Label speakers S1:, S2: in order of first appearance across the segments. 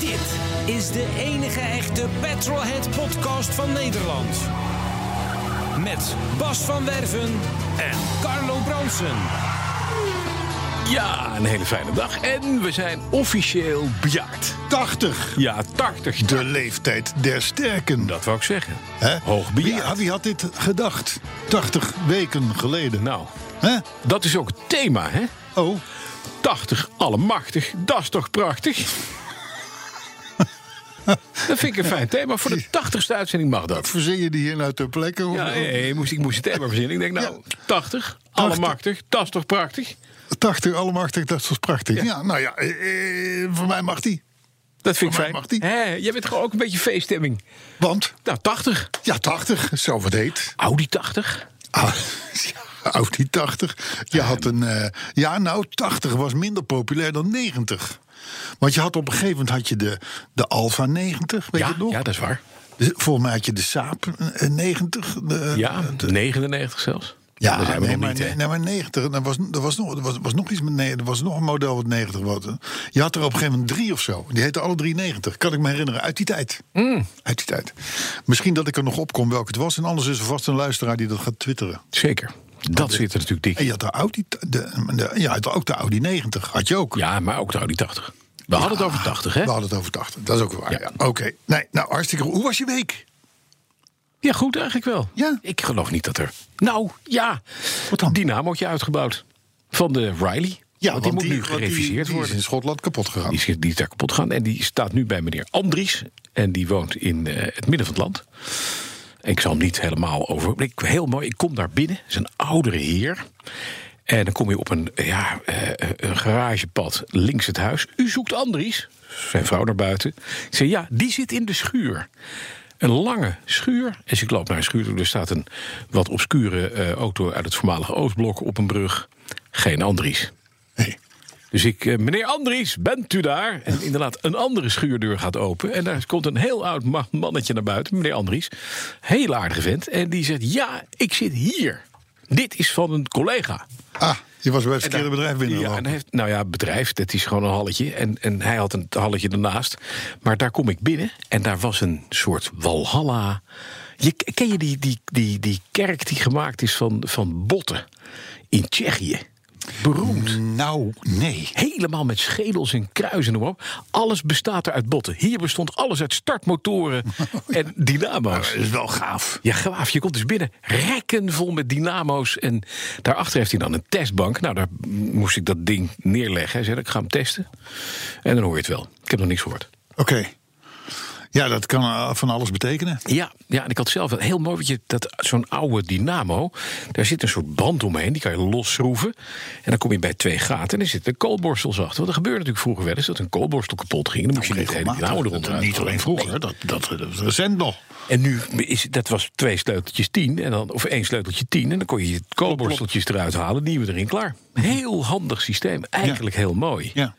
S1: Dit is de enige echte Petrolhead podcast van Nederland. Met Bas van Werven en Carlo Bronsen.
S2: Ja, een hele fijne dag. En we zijn officieel bejaard.
S3: 80.
S2: Ja, 80.
S3: De leeftijd der sterken.
S2: Dat wou ik zeggen.
S3: Hè?
S2: Hoog
S3: Wie, ah,
S2: bejaard.
S3: wie had dit gedacht? 80 weken geleden.
S2: Nou,
S3: Hè?
S2: dat is ook het thema, hè?
S3: Oh,
S2: 80, allemachtig. Dat is toch prachtig? dat vind ik een fijn thema. Voor de 80ste uitzending mag dat.
S3: verzin je die hier nou ter plekke? Of-
S2: Ja, eh, nee, ik, moest, ik moest het thema verzinnen. Ik denk, nou, 80,
S3: 80.
S2: allemachtig. Dat is toch prachtig?
S3: 80, allemachtig, dat was prachtig. Ja, nou ja, eh, eh, voor mij mag die.
S2: Dat vind ik
S3: Voor
S2: fijn.
S3: mij mag die.
S2: Hè, jij bent gewoon ook een beetje feeststemming.
S3: Want,
S2: Nou, 80.
S3: ja, 80, zo wat heet.
S2: Audi 80.
S3: Ah, ja, Audi 80. Je had een, eh, ja, nou, 80 was minder populair dan 90. Want je had op een gegeven moment had je de, de Alfa 90, weet je
S2: Ja,
S3: het nog?
S2: ja, dat is waar.
S3: Dus Volgens mij had je de Saab eh, 90. de-
S2: Ja, 99 zelfs.
S3: Ja,
S2: Daar zijn we
S3: nee,
S2: nog
S3: maar,
S2: niet, hè?
S3: nee, nee, maar 90. Er was, er, was nog, er, was, er was nog iets met nee, er was nog een model wat 90 was. Je had er op een gegeven moment drie of zo. Die heette alle drie 90. Kan ik me herinneren. Uit die tijd.
S2: Mm.
S3: Uit die tijd. Misschien dat ik er nog op kom welke het was. En anders is er vast een luisteraar die dat gaat twitteren.
S2: Zeker. Dat zit er natuurlijk
S3: En
S2: dik.
S3: je had de Audi. De, de- ja, je had ook de Audi 90. Had je ook.
S2: Ja, maar ook de Audi 80. We hadden het over 80, hè?
S3: We hadden het over 80. Dat is ook waar.
S2: Ja.
S3: Ja. Oké. Nee, nou, hartstikke goed. Hoe was je week?
S2: Ja, goed eigenlijk wel.
S3: Ja.
S2: Ik geloof niet dat er... Nou, ja.
S3: Wat dan?
S2: Dynamootje uitgebouwd. Van de Riley. want die moet nu
S3: want die-
S2: gereviseerd
S3: die
S2: worden.
S3: is in Schotland kapot gegaan.
S2: Die is, die is daar kapot gaan. En die staat nu bij meneer Andries. En die woont in eh, het midden van het land. Ik zal hem niet helemaal over. Ik, heel mooi. Ik kom daar binnen. Het is een oudere heer. En dan kom je op een, ja, eh, een garagepad links het huis. U zoekt Andries. Zijn vrouw naar buiten. Ik zei: Ja, die zit in de schuur. Een lange schuur. En ik loop naar een schuur toe. Er staat een wat obscure eh, auto uit het voormalige Oostblok op een brug. Geen Andries.
S3: Nee.
S2: Dus ik, eh, meneer Andries, bent u daar? En inderdaad, een andere schuurdeur gaat open. En daar komt een heel oud ma- mannetje naar buiten, meneer Andries. Heel aardige vent. En die zegt, ja, ik zit hier. Dit is van een collega.
S3: Ah, je was bij het verkeerde bedrijf binnen.
S2: Ja, en hij heeft, nou ja, bedrijf, dat is gewoon een halletje. En, en hij had een halletje ernaast. Maar daar kom ik binnen en daar was een soort walhalla. Je, ken je die, die, die, die kerk die gemaakt is van, van botten in Tsjechië? Beroemd
S3: Nou, nee.
S2: helemaal met schedels en kruisen en noem maar op. Alles bestaat er uit botten. Hier bestond alles uit startmotoren en dynamo's.
S3: Oh, Dat is wel gaaf.
S2: Ja, gaaf. Je komt dus binnen. Rekken vol met dynamo's. En daarachter heeft hij dan een testbank. Nou, daar moest ik dat ding neerleggen. Hij zei, ik ga hem testen. En dan hoor je het wel. Ik heb nog niks gehoord.
S3: Oké. Ja, dat kan eh, van alles betekenen.
S2: Ja, ja, en ik had zelf wel heel mooi, want je, dat, zo'n oude dynamo, daar zit een soort band omheen, die kan je losschroeven. En dan kom je bij twee gaten en er zitten koolborstels achter. Want er gebeurde natuurlijk vroeger wel eens dat een koolborstel kapot ging. Dan moest je niet de hele dynamo
S3: Regelmatig.
S2: eronder
S3: Dat- Niet alleen vroeger, dat, dat, dat is recent nog.
S2: En nu, is, dat was twee sleuteltjes tien, en dan, of één sleuteltje tien. En dan kon je je koolborsteltjes eruit halen, nieuwe erin, klaar. Heel handig systeem, eigenlijk heel mooi.
S3: Ja.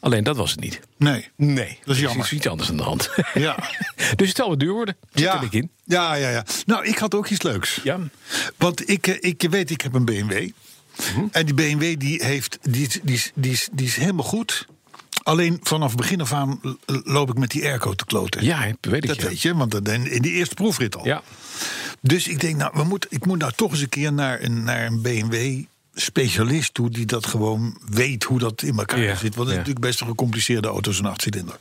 S2: Alleen dat was het niet.
S3: Nee.
S2: Nee,
S3: Dat is
S2: er
S3: jammer.
S2: is iets anders aan de hand.
S3: Ja.
S2: dus het zal wel duur worden. Zit
S3: Ja.
S2: er ik in.
S3: ja, ja, ja. Nou, ik had ook iets leuks.
S2: Ja.
S3: Want ik, eh, ik weet, ik heb een BMW.
S2: Mhm.
S3: En die BMW die heeft, die, is- die, is- die, is- die is helemaal goed. Alleen vanaf begin af aan l- loop ik met die airco te kloten.
S2: Ja, hè, weet ik
S3: dat
S2: ja.
S3: weet je, want dat- in in die eerste proefrit al.
S2: Ja.
S3: Dus ik denk, nou, we moet, ik moet nou toch eens een keer naar een, naar een BMW-specialist toe... die dat gewoon weet hoe dat in elkaar
S2: Ja,
S3: zit. Want het is
S2: ja.
S3: natuurlijk best een gecompliceerde auto, zo'n achtcilinder.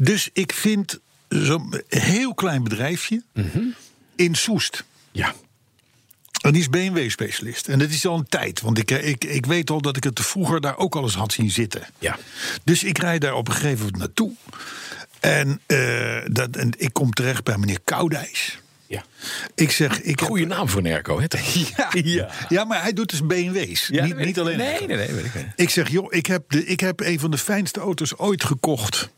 S3: Dus ik vind zo'n heel klein bedrijfje
S2: Mhm.
S3: in Soest.
S2: Ja.
S3: En die is BMW-specialist. En dat is al een tijd, want ik, ik, ik weet al dat ik het vroeger daar ook al eens had zien zitten.
S2: Ja.
S3: Dus ik rijd daar op een gegeven moment naartoe. En, eh, dat, en ik kom terecht bij meneer Koudijs.
S2: Ja.
S3: Ik zeg, ik heb-
S2: Goede naam voor een airco, hè? toch?
S3: Ja. Ja. maar hij doet dus BMW's.
S2: Ja,
S3: niet,
S2: weet
S3: niet
S2: ik.
S3: alleen.
S2: Nee, nee, nee, weet ik niet.
S3: Ik zeg, joh, ik heb, de, ik heb een van de fijnste auto's ooit gekocht.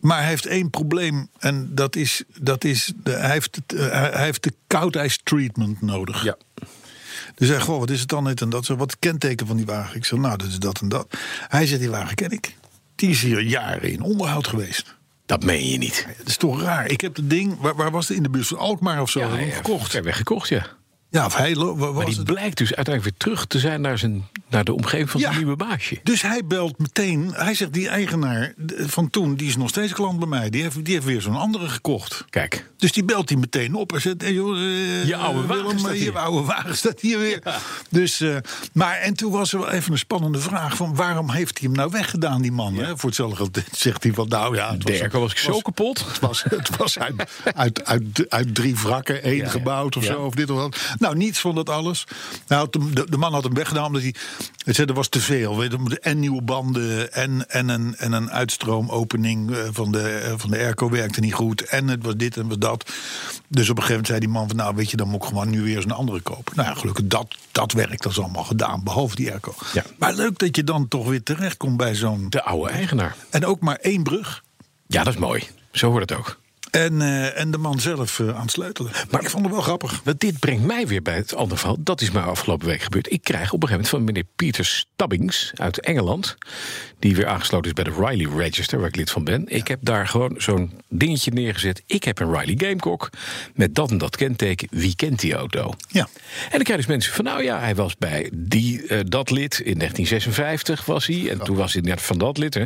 S3: Maar hij heeft één probleem. En dat is, dat is de, hij, heeft, het, eh, hij hij heeft de koud ijs treatment nodig.
S2: Ja.
S3: Dus hij goh, wat is het dan dit en dat? Zo, wat is het kenteken van die wagen? Ik zeg, nou, dat is dat en dat. Hij zegt, die wagen ken ik. Die is hier jaren in onderhoud geweest.
S2: Dat meen je niet.
S3: Dat is toch raar. Ik heb dat ding, waar, waar was het? In de buurt van Alkmaar of zo, heb ik hem gekocht.
S2: Ver weg gekocht, ja.
S3: Ja, of hij... lo- wa-
S2: Maar
S3: was
S2: die
S3: het?
S2: blijkt dus uiteindelijk weer terug te zijn naar, zijn, naar de omgeving van zijn
S3: Ja.
S2: nieuwe baasje.
S3: Dus hij belt meteen. Hij zegt, die eigenaar d- van toen, die is nog steeds klant bij mij. Die heeft, die heeft weer zo'n andere gekocht.
S2: Kijk,
S3: Dus die belt hij meteen op en zegt... Hey, joh, eh,
S2: Je oude wagen
S3: Willem,
S2: staat
S3: eh,
S2: hier.
S3: Je oude wagen staat hier weer. Dus, eh, maar en toen was er wel even een spannende vraag... van waarom heeft hij hem nou weggedaan, die man? Hè? Voor hetzelfde geld zegt hij van... nou ja, het
S2: de airco was ik zo
S3: was-
S2: kapot.
S3: het was, het was uit, uit, uit, uit drie wrakken één
S2: Ja, ja.
S3: gebouwd of
S2: Ja.
S3: zo, of dit of dat. Nou, niets van dat alles. Hij had hem- de, de man had hem weggedaan omdat hij... Het zei, er was te veel. Weet, je, en nieuwe banden en, en, een, en een uitstroomopening eh, van de, eh, van de airco werkte niet goed. En het was dit en was dat. Dus op een gegeven moment zei die man van... nou, weet je, dan moet ik gewoon nu weer eens een andere kopen. Nou ja, gelukkig, dat, dat werk dat is allemaal gedaan, behalve die airco.
S2: Ja.
S3: Maar leuk dat je dan toch weer terechtkomt bij zo'n...
S2: De oude eigenaar.
S3: En ook maar één brug.
S2: Ja, dat is mooi. Zo wordt het ook.
S3: En, eh, en de man zelf eh, aan het sleutelen. Maar ik vond het wel grappig.
S2: Want dit brengt mij weer bij het andere verhaal. Dat is mij afgelopen week gebeurd. Ik krijg op een gegeven moment van meneer Pieter Stabbings uit Engeland... die weer aangesloten is bij de Riley Register, waar ik lid van ben. Ik heb daar gewoon zo'n dingetje neergezet. Ik heb een Riley Gamecock met dat en dat kenteken. Wie kent die auto?
S3: Ja.
S2: En dan krijg je dus mensen van, nou ja, hij was bij die, eh, dat lid. In 1956 was hij. En toen was hij net van dat lid. hè.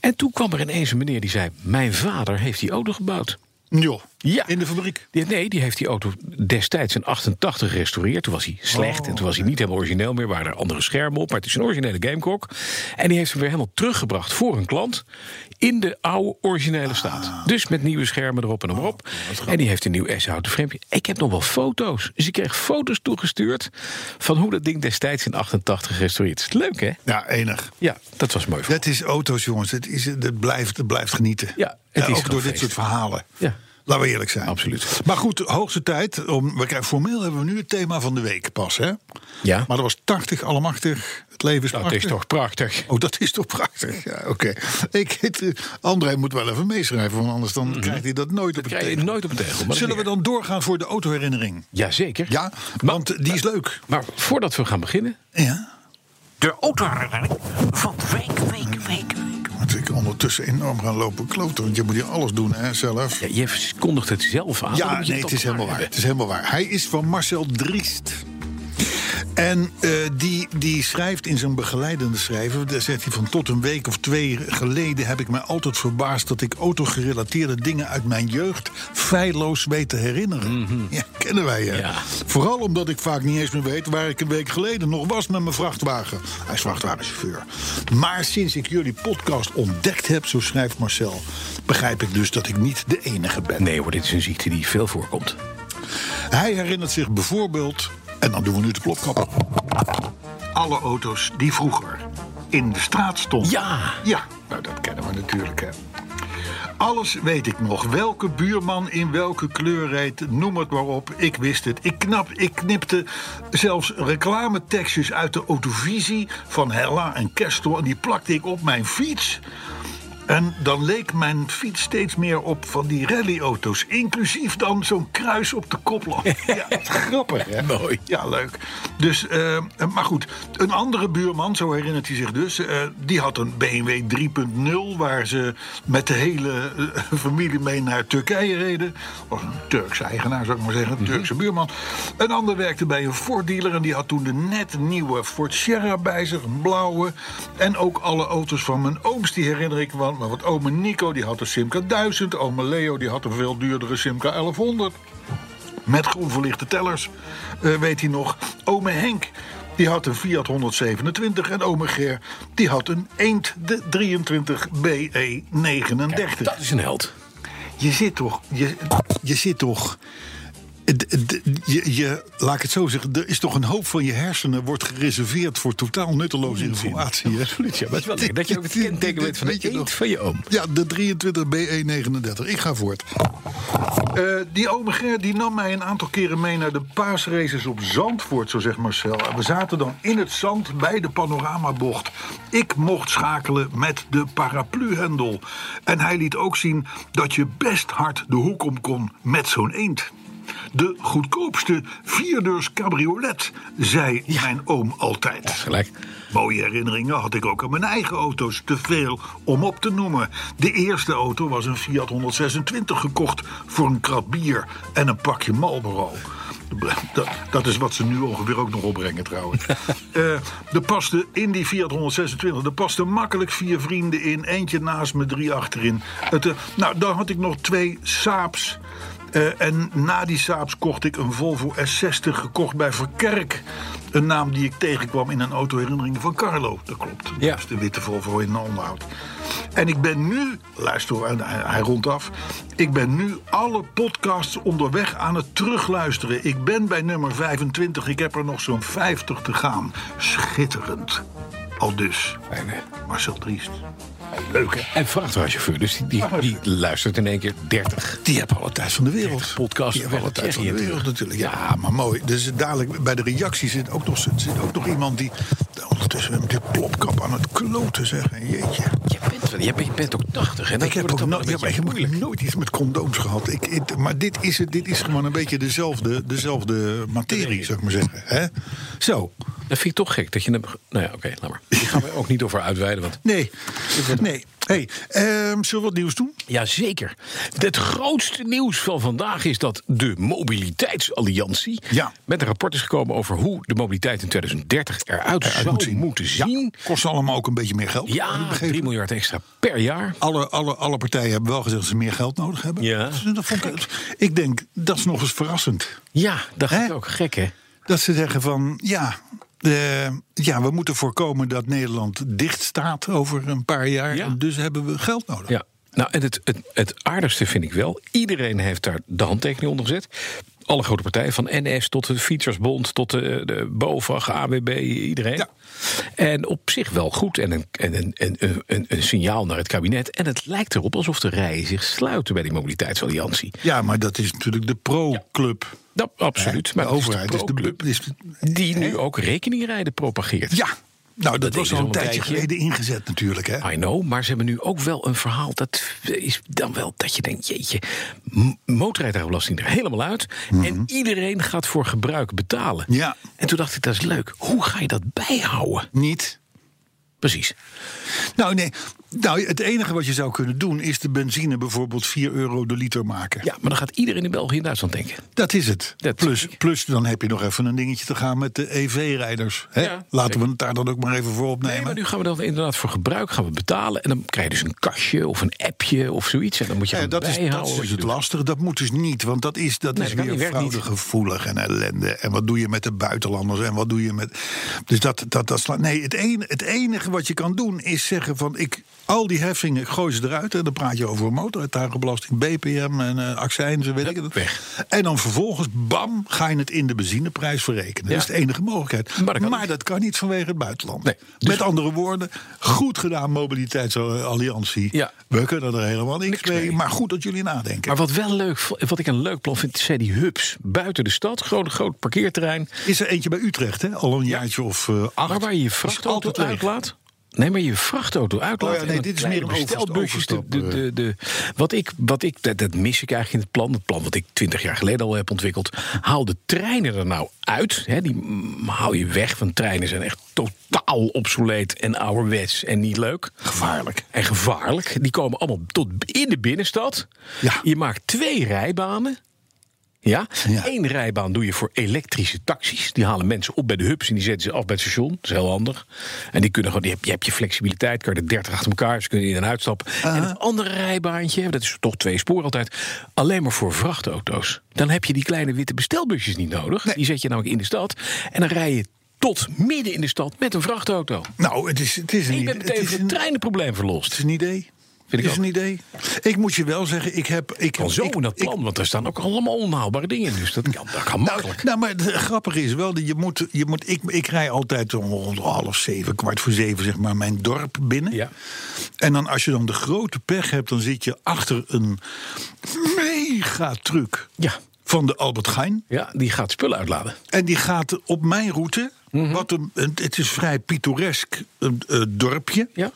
S2: En toen kwam er ineens een meneer die zei... mijn vader heeft die auto gebouwd.
S3: Jo.
S2: Ja.
S3: In de fabriek.
S2: Die- nee, die heeft die auto destijds in 88 gerestaureerd. Toen was hij slecht en toen was
S3: Oh.
S2: hij niet helemaal origineel meer. waren er andere schermen op, maar het is een originele Gamecock. En die heeft hem weer helemaal teruggebracht voor een klant... in de oude originele staat.
S3: Ah,
S2: Dus met nieuwe schermen erop en
S3: Oh,
S2: erop. en die heeft een nieuw S-houten frame. Ik heb nog wel foto's. Dus ik kreeg foto's toegestuurd... van hoe dat ding destijds in 88 gerestaureerd is. Leuk, hè?
S3: Ja, enig.
S2: Ja, dat was mooi.
S3: Dat is auto's, jongens. Het, is, het, blijft, het blijft genieten.
S2: Ja, het is
S3: ook
S2: gewoon
S3: door dit
S2: feest.
S3: soort verhalen.
S2: Ja.
S3: Laten we eerlijk zijn.
S2: Absoluut.
S3: Maar goed, hoogste tijd. Om, we krijgen, formeel hebben we nu het thema van de week pas. Hè?
S2: Ja.
S3: Maar dat was 80, allemachtig. Het leven is
S2: Dat
S3: prachtig.
S2: is toch prachtig.
S3: Oh, dat is toch prachtig? Ja, oké. Ik, het, eh, André moet wel even meeschrijven, want anders dan krijgt hij dat nooit op het
S2: Mhm. krijg je
S3: tegel.
S2: nooit op het tegel, maar dat
S3: Zullen we
S2: niet
S3: dan doorgaan voor de autoherinnering?
S2: Jazeker.
S3: Ja, want die is leuk.
S2: Maar voordat we gaan beginnen...
S3: Ja.
S4: De autoherinnering van week, week, week, week.
S3: Want ik ondertussen enorm gaan lopen kloten, want je moet hier alles doen hè, zelf.
S2: Ja, je kondigt het zelf aan. dan
S3: Ja,
S2: moet je
S3: nee, het
S2: toch
S3: is helemaal waar.
S2: hebben.
S3: Het is helemaal waar. Hij is van Marcel Driest. En eh, die, die schrijft in zijn begeleidende schrijver, daar zegt hij van tot een week of twee geleden heb ik mij altijd verbaasd dat ik autogerelateerde dingen uit mijn jeugd feilloos weet te herinneren. Ja, kennen wij hè?
S2: Mhm. Ja.
S3: Vooral omdat ik vaak niet eens meer weet waar ik een week geleden nog was met mijn vrachtwagen. Hij is vrachtwagenchauffeur. Maar sinds ik jullie podcast ontdekt heb, zo schrijft Marcel, begrijp ik dus dat ik niet de enige ben.
S2: Nee hoor, dit is een ziekte die veel voorkomt.
S3: Hij herinnert zich bijvoorbeeld, en dan doen we nu de plopkap. Alle auto's die vroeger in de straat stonden.
S2: Ja.
S3: Ja, nou dat kennen we natuurlijk hè. Alles weet ik nog. Welke buurman in welke kleur reed, noem het maar op. Ik wist het. Ik, knap, ik knipte zelfs reclametekstjes uit de autovisie van Hella en Kerstel... en die plakte ik op mijn fiets. En dan leek mijn fiets steeds meer op van die rallyauto's. Inclusief dan zo'n kruis op de koplamp. Ja, grappig hè?
S2: Mooi.
S3: Ja, leuk. Dus, eh, maar goed, een andere buurman, zo herinnert hij zich dus... eh, die had een BMW 3.0 waar ze met de hele eh, familie mee naar Turkije reden. Was een Turkse eigenaar, zou ik maar zeggen, een Turkse buurman. Een ander werkte bij een Ford-dealer en die had toen de net nieuwe Ford Sierra bij zich, een blauwe. En ook alle auto's van mijn ooms, die herinner ik wel. Maar wat ome Nico, die had een Simca 1000. Ome Leo, die had een veel duurdere Simca 1100 met groenverlichte tellers, eh, weet hij nog. Ome Henk, die had een Fiat 127 en ome Ger, die had een Eend de E 23 BE 39.
S2: Dat is een held.
S3: Je zit toch, je, je zit toch d- d- je, je, laat ik het zo zeggen, er is toch een hoop van je hersenen wordt gereserveerd voor totaal nutteloze informatie. hè?
S2: Absoluut, ja. Maar het is wel lekker dat je ook het kenteken weet van de
S3: Weet je
S2: eend
S3: nog?
S2: van je oom.
S3: Ja, de 23 BE39. Ik ga voort. Eh, die ome Ger, die nam mij een aantal keren mee naar de paasraces op Zandvoort, zo zegt Marcel. En we zaten dan in het zand bij de panoramabocht. Ik mocht schakelen met de parapluhendel. En hij liet ook zien dat je best hard de hoek om kon met zo'n eend. De goedkoopste vierdeurs cabriolet, zei mijn oom altijd.
S2: Gelijk.
S3: Mooie herinneringen had ik ook aan mijn eigen auto's, te veel om op te noemen. De eerste auto was een Fiat 126 gekocht voor een krat bier en een pakje Marlboro. Dat, dat is wat ze nu ongeveer ook nog opbrengen trouwens. Eh, er paste in die Fiat 126, er pasten makkelijk vier vrienden in. Eentje naast me, drie achterin. Het, eh, nou, dan had ik nog twee Saabs. Eh, en na die Saabs kocht ik een Volvo S60 gekocht bij Verkerk. Een naam die ik tegenkwam in een autoherinnering van Carlo. Dat klopt.
S2: Ja.
S3: Dat is de witte Volvo in onderhoud. En ik ben nu, luister, hoor, en hij hij rondt af. Ik ben nu alle podcasts onderweg aan het terugluisteren. Ik ben bij nummer 25. Ik heb er nog zo'n 50 te gaan. Schitterend. Al dus,
S2: Fijn, hè?
S3: Marcel Driest. Leuk, hè?
S2: En vrachtwagenchauffeur, dus die, die, die luistert in één keer 30.
S3: Die hebben alle tijd van de wereld.
S2: podcast
S3: Die hebben alle
S2: werd
S3: tijd van de
S2: Tsjechië
S3: wereld natuurlijk. Ja, maar mooi. Dus dadelijk bij de reactie zit ook nog, zit ook nog iemand die ondertussen met de plopkap aan het kloten zeggen. Jeetje.
S2: Je bent, wel- je bent, je bent ook 80, hè? Dat
S3: Ik heb,
S2: wordt
S3: ook
S2: dan
S3: nooit-
S2: een
S3: ja, maar ik
S2: beetje
S3: heb ook nooit iets met condooms gehad. Ik, ik- maar dit is, het- dit is gewoon een beetje dezelfde, dezelfde materie, zou ik maar zeggen. Hè? Zo.
S2: Dat vind ik toch gek dat je hem. Nou ja, oké, laat maar. Die gaan we ook niet over uitweiden. Want...
S3: Nee. Nee. Hey, ehm, zullen we wat nieuws doen?
S2: Jazeker. Het grootste nieuws van vandaag is dat de Mobiliteitsalliantie.
S3: Ja.
S2: met een rapport is gekomen over hoe de mobiliteit in 2030 eruit zou
S3: moet zien.
S2: moeten zien.
S3: Kost allemaal ook een beetje meer geld. heb ik
S2: Ja,
S3: begrepen.
S2: 3 miljard extra per jaar.
S3: alle, alle, alle partijen hebben wel gezegd dat ze meer geld nodig hebben. Dus
S2: Ja.
S3: Dat vond ik, ik denk, dat is nog eens verrassend.
S2: Ja, dat
S3: Hè?
S2: is ook gek, hè?
S3: Dat ze zeggen van, ja, eh, ja, we moeten voorkomen dat Nederland dicht staat over een paar jaar.
S2: Ja.
S3: Dus hebben we geld nodig.
S2: Ja. Nou, en het, het, het aardigste vind ik wel. Iedereen heeft daar de handtekening onder gezet. Alle grote partijen, van NS tot de Fietsersbond, tot de, de BOVAG, AWB, iedereen.
S3: Ja.
S2: En op zich wel goed. En een, en een, en een, een, een signaal naar het kabinet. En het lijkt erop alsof de rijen zich sluiten bij die mobiliteitsalliantie.
S3: Ja, maar dat is natuurlijk de pro-club.
S2: Dat, absoluut.
S3: Hè?
S2: maar
S3: de
S2: het is
S3: overheid
S2: de
S3: is de
S2: pro-club
S3: club. Is de-
S2: die nu ook rekeningrijden propageert.
S3: ja, nou, dat,
S2: ding
S3: was
S2: is
S3: al
S2: al
S3: een
S2: een
S3: tijdje
S2: tijdje. Ah,
S3: geleden ingezet natuurlijk. Hè?
S2: I know, maar ze hebben nu ook wel een verhaal. Dat is dan wel dat je denkt: jeetje, m- motorrijtuigenbelasting er helemaal uit. En iedereen gaat voor gebruik betalen.
S3: Mhm. Ja.
S2: En toen dacht ik: dat is leuk. Hoe ga je dat bijhouden?
S3: Niet.
S2: Precies.
S3: Nou, nee. Nou, het enige wat je zou kunnen doen is de benzine bijvoorbeeld 4 euro de liter maken.
S2: Ja, maar dan gaat iedereen in België en Duitsland denken.
S3: Dat is het.
S2: Dat
S3: plus,
S2: is het.
S3: plus dan heb je nog even een dingetje te gaan met de EV-rijders. hè?
S2: Ja,
S3: Laten
S2: zeker.
S3: we het daar dan ook maar even voor opnemen.
S2: Nee, maar nu gaan we dat inderdaad voor gebruik gaan we betalen. En dan krijg je dus een kastje of een appje of zoiets. En dan moet je
S3: ja,
S2: gaan
S3: dat, is,
S2: bijhouden.
S3: dat is
S2: wat je
S3: dus het
S2: doet.
S3: lastige. Dat moet dus niet, want dat is, dat
S2: Nee,
S3: is
S2: dat kan
S3: weer
S2: niet, werkt niet.
S3: fraudegevoelig en ellende. En wat doe je met de buitenlanders en wat doe je met... Dus dat, dat, dat slaat... Nee, het, een, het enige wat je kan doen is zeggen van... Ik, al die heffingen, ik gooi ze eruit. En dan praat je over motoruitdagenbelasting, BPM en eh accijnzen, weet ik het.
S2: weg.
S3: En dan vervolgens, bam, ga je het in de benzineprijs verrekenen.
S2: Ja.
S3: Dat is de enige mogelijkheid.
S2: Maar dat kan niet.
S3: niet vanwege het buitenland.
S2: Nee, dus-
S3: Met andere woorden, goed gedaan mobiliteitsalliantie.
S2: Ja.
S3: We kunnen er helemaal niks,
S2: Niks
S3: mee.
S2: mee.
S3: Maar goed dat jullie nadenken.
S2: Maar wat, wel leuk, vo- wat ik een leuk plan vind, zijn die hubs buiten de stad. Groot, groot parkeerterrein.
S3: Is er eentje bij Utrecht, hè? Al een jaartje of eh acht.
S2: Maar waar je je
S3: Is
S2: vrachtauto
S3: altijd leeg.
S2: uitlaat. Nee, maar je vrachtauto uitlaat.
S3: Oh ja, nee,
S2: en dan
S3: dit is
S2: kleine
S3: meer een overstap-
S2: bestelbusjes, de- de-
S3: overstap,
S2: de- de- wat ik, wat ik dat, dat mis ik eigenlijk in het plan. Het plan wat ik twintig jaar geleden al heb ontwikkeld. Haal de treinen er nou uit. Hè, die mm, haal je weg, want treinen zijn echt totaal obsoleet en ouderwets en niet leuk. Gevaarlijk. En gevaarlijk. Die komen allemaal tot in de binnenstad.
S3: Ja.
S2: Je maakt twee rijbanen. Ja?
S3: Ja.
S2: Eén rijbaan doe je voor elektrische taxis. Die halen mensen op bij de hubs en die zetten ze af bij het station. Dat is heel handig. En die kunnen gewoon, je hebt je, hebt je flexibiliteit, kan je er 30 achter elkaar, ze kunnen in en uitstappen.
S3: Ah.
S2: En het andere rijbaantje, dat is toch twee spoor altijd, alleen maar voor vrachtauto's. Dan heb je die kleine witte bestelbusjes niet nodig. Die zet je namelijk in de stad. En dan rij je tot midden in de stad met een vrachtauto.
S3: Nou, het is, het is een
S2: En je bent
S3: idee. Het
S2: meteen van
S3: is
S2: het
S3: een, het
S2: treinenprobleem verlost.
S3: is een idee.
S2: Vind ik
S3: is
S2: ook.
S3: een idee. Ik moet je wel zeggen, ik heb... Ik
S2: Al
S3: heb-
S2: zo
S3: ik- Nou,
S2: in dat plan, want er staan ook allemaal onhaalbare dingen in. Dus dat kan, dat kan makkelijk.
S3: Nou, maar het grappige is wel dat je moet. Je moet ik, ik rij altijd om rond half zeven, kwart voor zeven, zeg maar, mijn dorp binnen.
S2: Ja.
S3: En dan als je dan de grote pech hebt, dan zit je achter een mega truck
S2: Ja.
S3: van de Albert Geijn.
S2: Ja, die gaat spullen uitladen.
S3: En die gaat op mijn route.
S2: Mhm.
S3: Wat een, het- het is vrij pittoresk eh, eh, dorpje.
S2: Ja.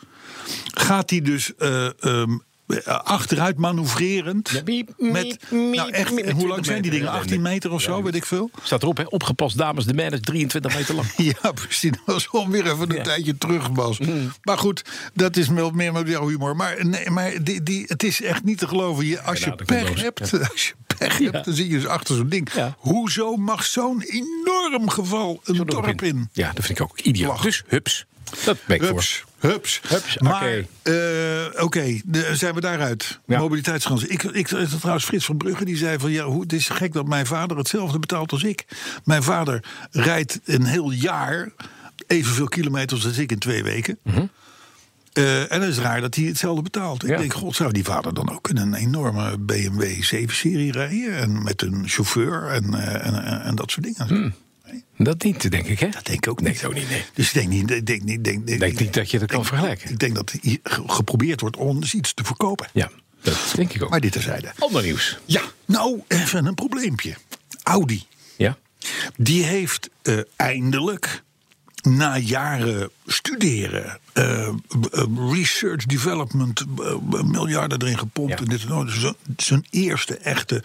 S3: Gaat hij dus eh, ehm, eh, achteruit manoeuvrerend.
S2: Ja, miep, miep,
S3: met, nou
S2: miep,
S3: echt,
S2: miep,
S3: hoe
S2: 20
S3: lang zijn
S2: meter,
S3: die dingen?
S2: ja,
S3: 18
S2: nee.
S3: meter of zo, weet ik veel.
S2: Staat erop, hè? Opgepast dames, de man is 23 meter lang.
S3: Ja, precies. Dat was alweer even een tijdje terug was.
S2: Mhm.
S3: Maar goed, dat is wel meer met jouw humor. Maar, nee, maar die, die, het is echt niet te geloven. Je, als,
S2: Ja, nou,
S3: je
S2: dat komt
S3: pech
S2: boos.
S3: hebt, als je pech
S2: Ja.
S3: hebt, dan zit je dus achter zo'n ding.
S2: Ja.
S3: Hoezo mag zo'n enorm geval een
S2: Zo erop
S3: dorp in?
S2: Ja, dat vind ik ook idioot.
S3: Lach.
S2: Dus hups. Dat ben ik
S3: Hups,
S2: voor.
S3: hups,
S2: Hups,
S3: Maar,
S2: oké.
S3: eh, oké, de- zijn we daaruit?
S2: Ja.
S3: Mobiliteitskansen. Ik, ik, het is trouwens Frits van Brugge die zei van... Ja, hoe, het is gek dat mijn vader hetzelfde betaalt als ik. Mijn vader rijdt een heel jaar evenveel kilometers als ik in twee weken. Eh, en het is raar dat hij hetzelfde betaalt.
S2: Mhm. Ja.
S3: Ik denk, god, zou die vader dan ook in een enorme BMW 7-serie rijden? En met een chauffeur en, eh, en, en, en dat soort dingen.
S2: Dat niet, denk ik, hè?
S3: Dat denk ik ook
S2: Hmm. Nee,
S3: niet.
S2: ook niet, nee.
S3: Dus ik denk niet, ik denk niet, denk,
S2: Ik denk niet dat je dat kan vergelijken.
S3: ik denk dat hier ge- geprobeerd wordt om eens iets te verkopen.
S2: Ja, dat denk ik ook.
S3: Maar dit terzijde.
S2: Ander nieuws.
S3: Ja, nou even een probleempje. Audi,
S2: Ja?
S3: die heeft eh, eindelijk na jaren studeren, eh, b- eh, research, development, eh, b- miljarden erin gepompt.
S2: Ja.
S3: En dit en dat, zo- zijn eerste echte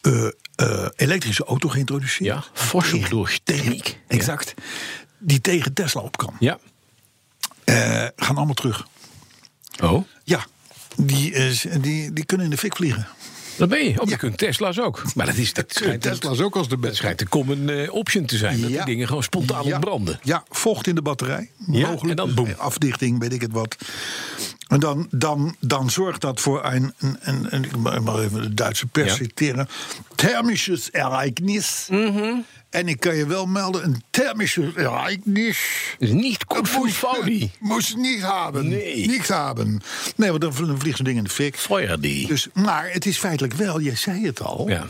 S3: eh, eh, elektrische auto geïntroduceerd.
S2: Ja, forse door techniek.
S3: Exact. Die tegen Tesla op kan.
S2: Ja.
S3: Eh, gaan allemaal terug.
S2: Oh,
S3: Ja, die, eh, z- die, die kunnen in de fik vliegen.
S2: daar ben je. Oh, je kunt Tesla's ook. Maar dat is dat schijnt,
S3: Tesla's ook als de
S2: dat schijnt de common eh, option te zijn. Dat
S3: Ja.
S2: die dingen gewoon spontaan
S3: ja,
S2: ontbranden.
S3: Ja, vocht in de batterij.
S2: Ja,
S3: Mogelijk.
S2: en dan boem.
S3: Eh, Afdichting, weet ik het wat. En dan, dan, dan zorgt dat voor een, een, een, een- ik mag maar even de Duitse pers
S2: Ja.
S3: citeren, thermisches Ereignis.
S2: Mhm.
S3: En ik kan je wel melden, een thermisches Ereignis.
S2: Dus niet goed voor
S3: moest-
S2: Faudi.
S3: Moest niet hebben.
S2: Nee.
S3: Niet hebben. Nee, want dan dan vliegt zo'n ding in de fik.
S2: Faudi.
S3: Dus, maar het is feitelijk wel, jij zei het al.
S2: Ja.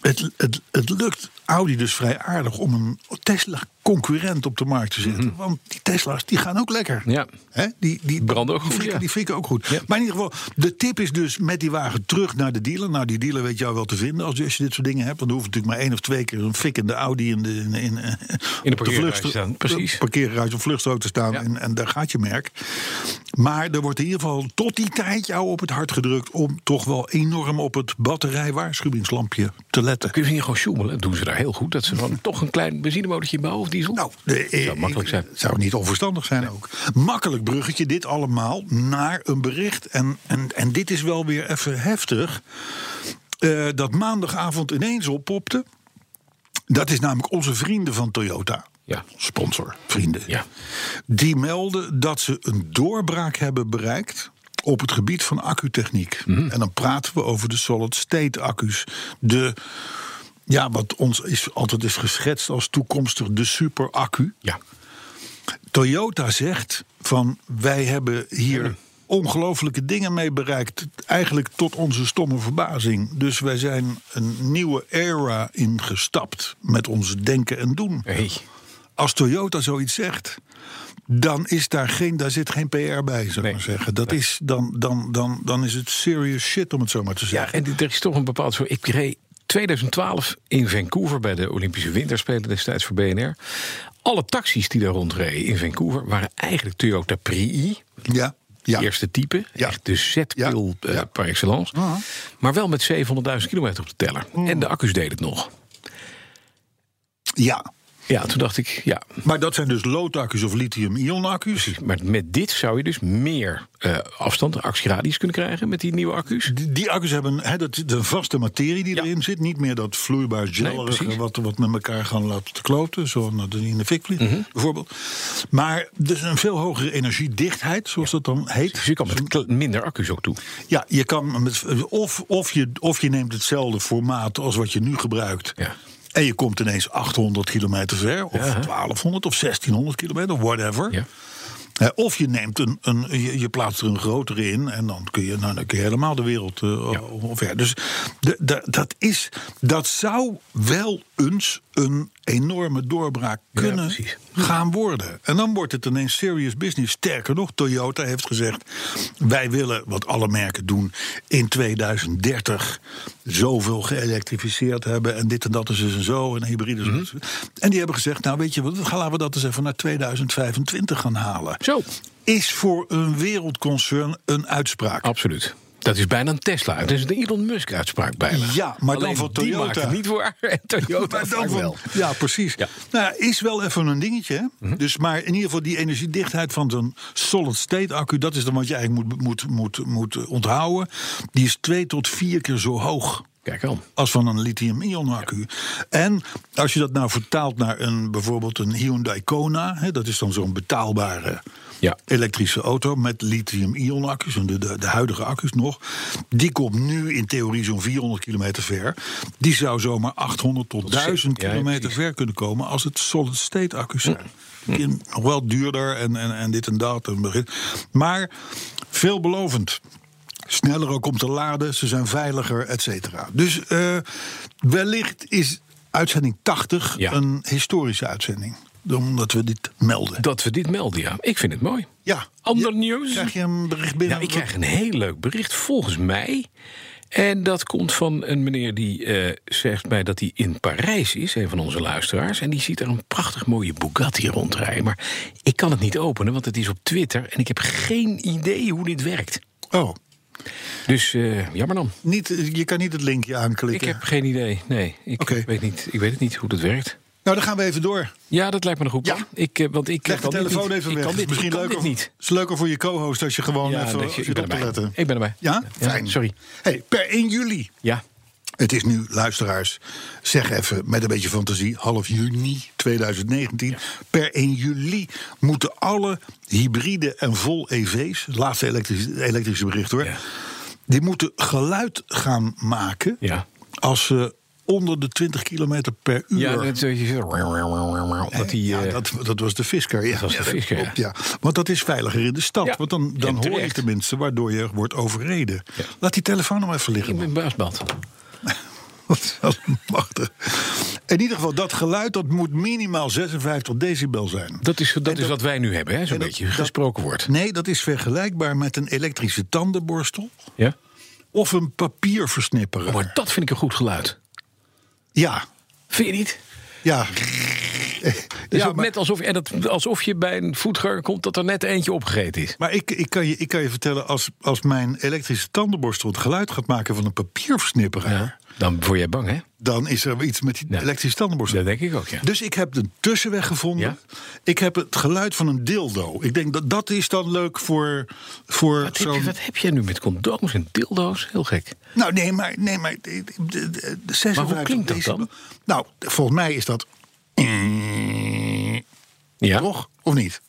S3: Het, het, het lukt Audi dus vrij aardig om een Tesla-concurrent op de markt te zetten. Want die Tesla's die gaan ook lekker.
S2: Mhm. Ja.
S3: Hè? Die, die
S2: Branden ook
S3: die
S2: goed,
S3: Frikken,
S2: ja.
S3: Die frikken ook goed.
S2: Ja.
S3: Maar in ieder geval, de tip is dus met die wagen terug naar de dealer. Nou, die dealer weet jou wel te vinden als, als je dit soort dingen hebt. Dan hoeft natuurlijk maar één of twee keer een fikkende Audi in de, in, in, op
S2: parkeerruis
S3: vluchtro-
S2: staan, precies.
S3: parkeerruis of vluchtstrook te staan.
S2: Ja.
S3: En, en daar gaat je merk. Maar er wordt in ieder geval tot die tijd jou op het hart gedrukt... om toch wel enorm op het batterijwaarschuwingslampje te letten.
S2: Kun je niet gewoon sjoemelen? Dat doen ze daar heel goed. Dat ze dan toch een klein benzinemotortje bouwen of diesel?
S3: Nou, de-
S2: Zou makkelijk zijn.
S3: Zou niet onverstandig zijn ook. Makkelijk bruggetje, dit allemaal naar een bericht. En, en, en dit is wel weer even heftig. eh, dat maandagavond ineens oppopte. Dat is namelijk onze vrienden van Toyota.
S2: Ja.
S3: Sponsor, vrienden.
S2: Ja.
S3: Die melden dat ze een doorbraak hebben bereikt op het gebied van accutechniek. En dan praten we over de solid-state accu's. De, ja, wat ons is, altijd is geschetst als toekomstig de superaccu.
S2: Ja.
S3: Toyota zegt van wij hebben hier ongelooflijke dingen mee bereikt. Eigenlijk tot onze stomme verbazing. Dus wij zijn een nieuwe era ingestapt met ons denken en doen.
S2: Hey.
S3: Als Toyota zoiets zegt, dan is daar geen, daar zit geen PR bij, zou ik
S2: Nee.
S3: maar zeggen. Dat is, dan, dan, dan, dan is het serious shit, om het zo maar te
S2: Ja,
S3: zeggen.
S2: en dit- er is toch een bepaald soort. Ik reed 2012 in Vancouver bij de Olympische Winterspelen destijds voor BNR. Alle taxis die daar rondreden in Vancouver waren eigenlijk Toyota Prii.
S3: Ja, ja.
S2: Eerste type,
S3: Ja.
S2: echt de Z-pil
S3: Ja.
S2: eh,
S3: Ja.
S2: par excellence. Maar wel met 700.000 kilometer op de teller. En de accu's deden het nog.
S3: ja.
S2: Ja, toen dacht ik, ja,
S3: Maar dat zijn dus loodaccu's of lithium-ion accu's.
S2: maar met dit zou je dus meer eh afstand, actieradius kunnen krijgen met die nieuwe accu's.
S3: Die, die accu's hebben hè, dat, de vaste materie die
S2: Ja.
S3: erin zit. Niet meer dat vloeibaar gelrige
S2: precies.
S3: wat, wat met elkaar gaan laten te kloten. Zoals dat die in de fik vliegt,
S2: Mhm.
S3: bijvoorbeeld. Maar dus een veel hogere energiedichtheid, zoals dat dan heet.
S2: Dus je kan met kle- minder accu's ook toe.
S3: Ja, je kan met, of, of, je, of je neemt hetzelfde formaat als wat je nu gebruikt.
S2: Ja.
S3: En je komt ineens 800 kilometer ver, of
S2: Ja, hè?
S3: 1200 of 1600 kilometer, whatever.
S2: Ja.
S3: Eh, of je neemt een, een je, je plaatst er een grotere in en dan kun je, nou, dan kun je helemaal de wereld eh omver. Dus de, de- dat, is, dat zou wel eens een enorme doorbraak kunnen
S2: precies.
S3: gaan worden. En dan wordt het ineens serious business. Sterker nog, Toyota heeft gezegd: wij willen, wat alle merken doen, in 2030 zoveel geëlektrificeerd hebben. En dit en dat is dus en zo. En hybride. is En die hebben gezegd: nou, weet je wat, gaan- laten we dat eens even naar 2025 gaan halen.
S2: Zo.
S3: Is voor een wereldconcern een uitspraak.
S2: Absoluut. Dat is bijna een Tesla. Het is een Elon Musk uitspraak bijna.
S3: Ja, maar
S2: Alleen
S3: dan voor
S2: die
S3: Toyota.
S2: maakt het niet waar. En Toyota
S3: Maar dan
S2: vaak
S3: van-
S2: wel.
S3: Ja, precies.
S2: Ja.
S3: Nou, ja, is wel even een dingetje. hè. Dus, maar in ieder geval die energiedichtheid van zo'n solid-state accu... dat is dan wat je eigenlijk moet, moet, moet, moet eh, onthouden. Die is twee tot vier keer zo hoog
S2: Kijk al.
S3: als van een lithium-ion accu. En als je dat nou vertaalt naar een, bijvoorbeeld een Hyundai Kona... Hè, dat is dan zo'n betaalbare
S2: Ja.
S3: elektrische auto met lithium-ion accu's... en de, de, de huidige accu's nog... die komt nu in theorie zo'n 400 kilometer ver. Die zou zomaar 800 tot 1000
S2: ja,
S3: kilometer
S2: precies.
S3: ver kunnen komen... als het solid-state accu's zijn. Die Nog wel duurder en, en, en dit en dat. en begin. Maar veelbelovend sneller ook om te laden, ze zijn veiliger, et cetera. Dus eh, wellicht is uitzending 80
S2: Ja.
S3: een historische uitzending. Omdat we dit melden.
S2: Dat we dit melden, ja. Ik vind het mooi.
S3: Ja.
S2: Ander
S3: Ja,
S2: nieuws?
S3: Krijg je een bericht binnen?
S2: Nou, ik krijg een heel leuk bericht, volgens mij. En dat komt van een meneer die eh, zegt mij dat hij in Parijs is, een van onze luisteraars. En die ziet er een prachtig mooie Bugatti rondrijden. Maar ik kan het niet openen, want het is op Twitter. En ik heb geen idee hoe dit werkt.
S3: Oh,
S2: Dus eh, jammer dan.
S3: niet, je kan niet het linkje
S2: Ik
S3: aanklikken.
S2: heb geen idee. Nee, ik,
S3: eh, Oké.
S2: weet, niet, ik weet het niet hoe dat werkt.
S3: Nou, dan gaan we even door.
S2: Ja, dat lijkt me een goed
S3: Ja.
S2: plan. Ik, eh, want ik
S3: Leg de
S2: kan dit
S3: telefoon
S2: niet.
S3: even
S2: Ik
S3: weg.
S2: Kan dit,
S3: Misschien
S2: ik kan
S3: leuker,
S2: dit niet.
S3: is leuker voor je co-host als je gewoon even
S2: dat je-
S3: zit op te letten.
S2: Ik ben erbij.
S3: Ja? Fijn.
S2: Sorry.
S3: Hey, per 1 juli.
S2: Ja.
S3: Het is nu, luisteraars, zeg even met een beetje fantasie, half juni 2019. Per 1 juli moeten alle hybride en vol EV's, laatste elektrische, elektrische bericht hoor,
S2: Ja.
S3: die moeten geluid gaan maken
S2: Ja.
S3: als ze onder de 20 kilometer per uur.
S2: Ja, dat, dat die,
S3: Ja,
S2: eh,
S3: dat, dat was de Fisker. Ja,
S2: was de
S3: Ja, dat
S2: Fisker, ja.
S3: klopt, ja. Want dat is veiliger in de stad.
S2: Ja,
S3: Want dan,
S2: en
S3: dan hoor je
S2: terecht.
S3: tenminste waardoor je wordt overreden.
S2: Ja.
S3: Laat die telefoon nou even liggen.
S2: in mijn buisband.
S3: Wat zelfs machtig. In ieder geval, dat geluid dat moet minimaal 56 decibel zijn.
S2: Dat is, dat is wat wij nu hebben, hè, zo'n beetje. gesproken wordt.
S3: Nee, dat is vergelijkbaar met een elektrische tandenborstel
S2: Ja?
S3: of een papierversnipperaar.
S2: Maar dat vind ik een goed geluid.
S3: Ja,
S2: Vind je niet?
S3: ja.
S2: Dus
S3: Ja,
S2: ook
S3: maar-
S2: net alsof, en dat, alsof je bij een voetganger komt dat er net eentje opgegeten is.
S3: Maar ik, ik, kan je, ik kan je vertellen, als, als mijn elektrische tandenborstel het geluid gaat maken van een papierversnipperaar...
S2: Ja. Dan word jij bang, hè?
S3: dan is er iets met die
S2: Ja.
S3: elektrische tandenborstel.
S2: Dat denk ik ook, ja.
S3: Dus ik heb een tussenweg gevonden.
S2: Ja?
S3: Ik heb het geluid van een dildo. Ik denk dat dat is dan leuk voor, voor
S2: Wat heb, je,
S3: zo'n...
S2: wat heb jij nu met condooms en dildo's? Heel gek.
S3: Nou, nee, maar... Nee, maar, de, de, de, de 56
S2: Maar hoe klinkt dat
S3: decibel-
S2: dan?
S3: Nou, volgens mij is dat...
S2: Ja?
S3: Toch? Of niet?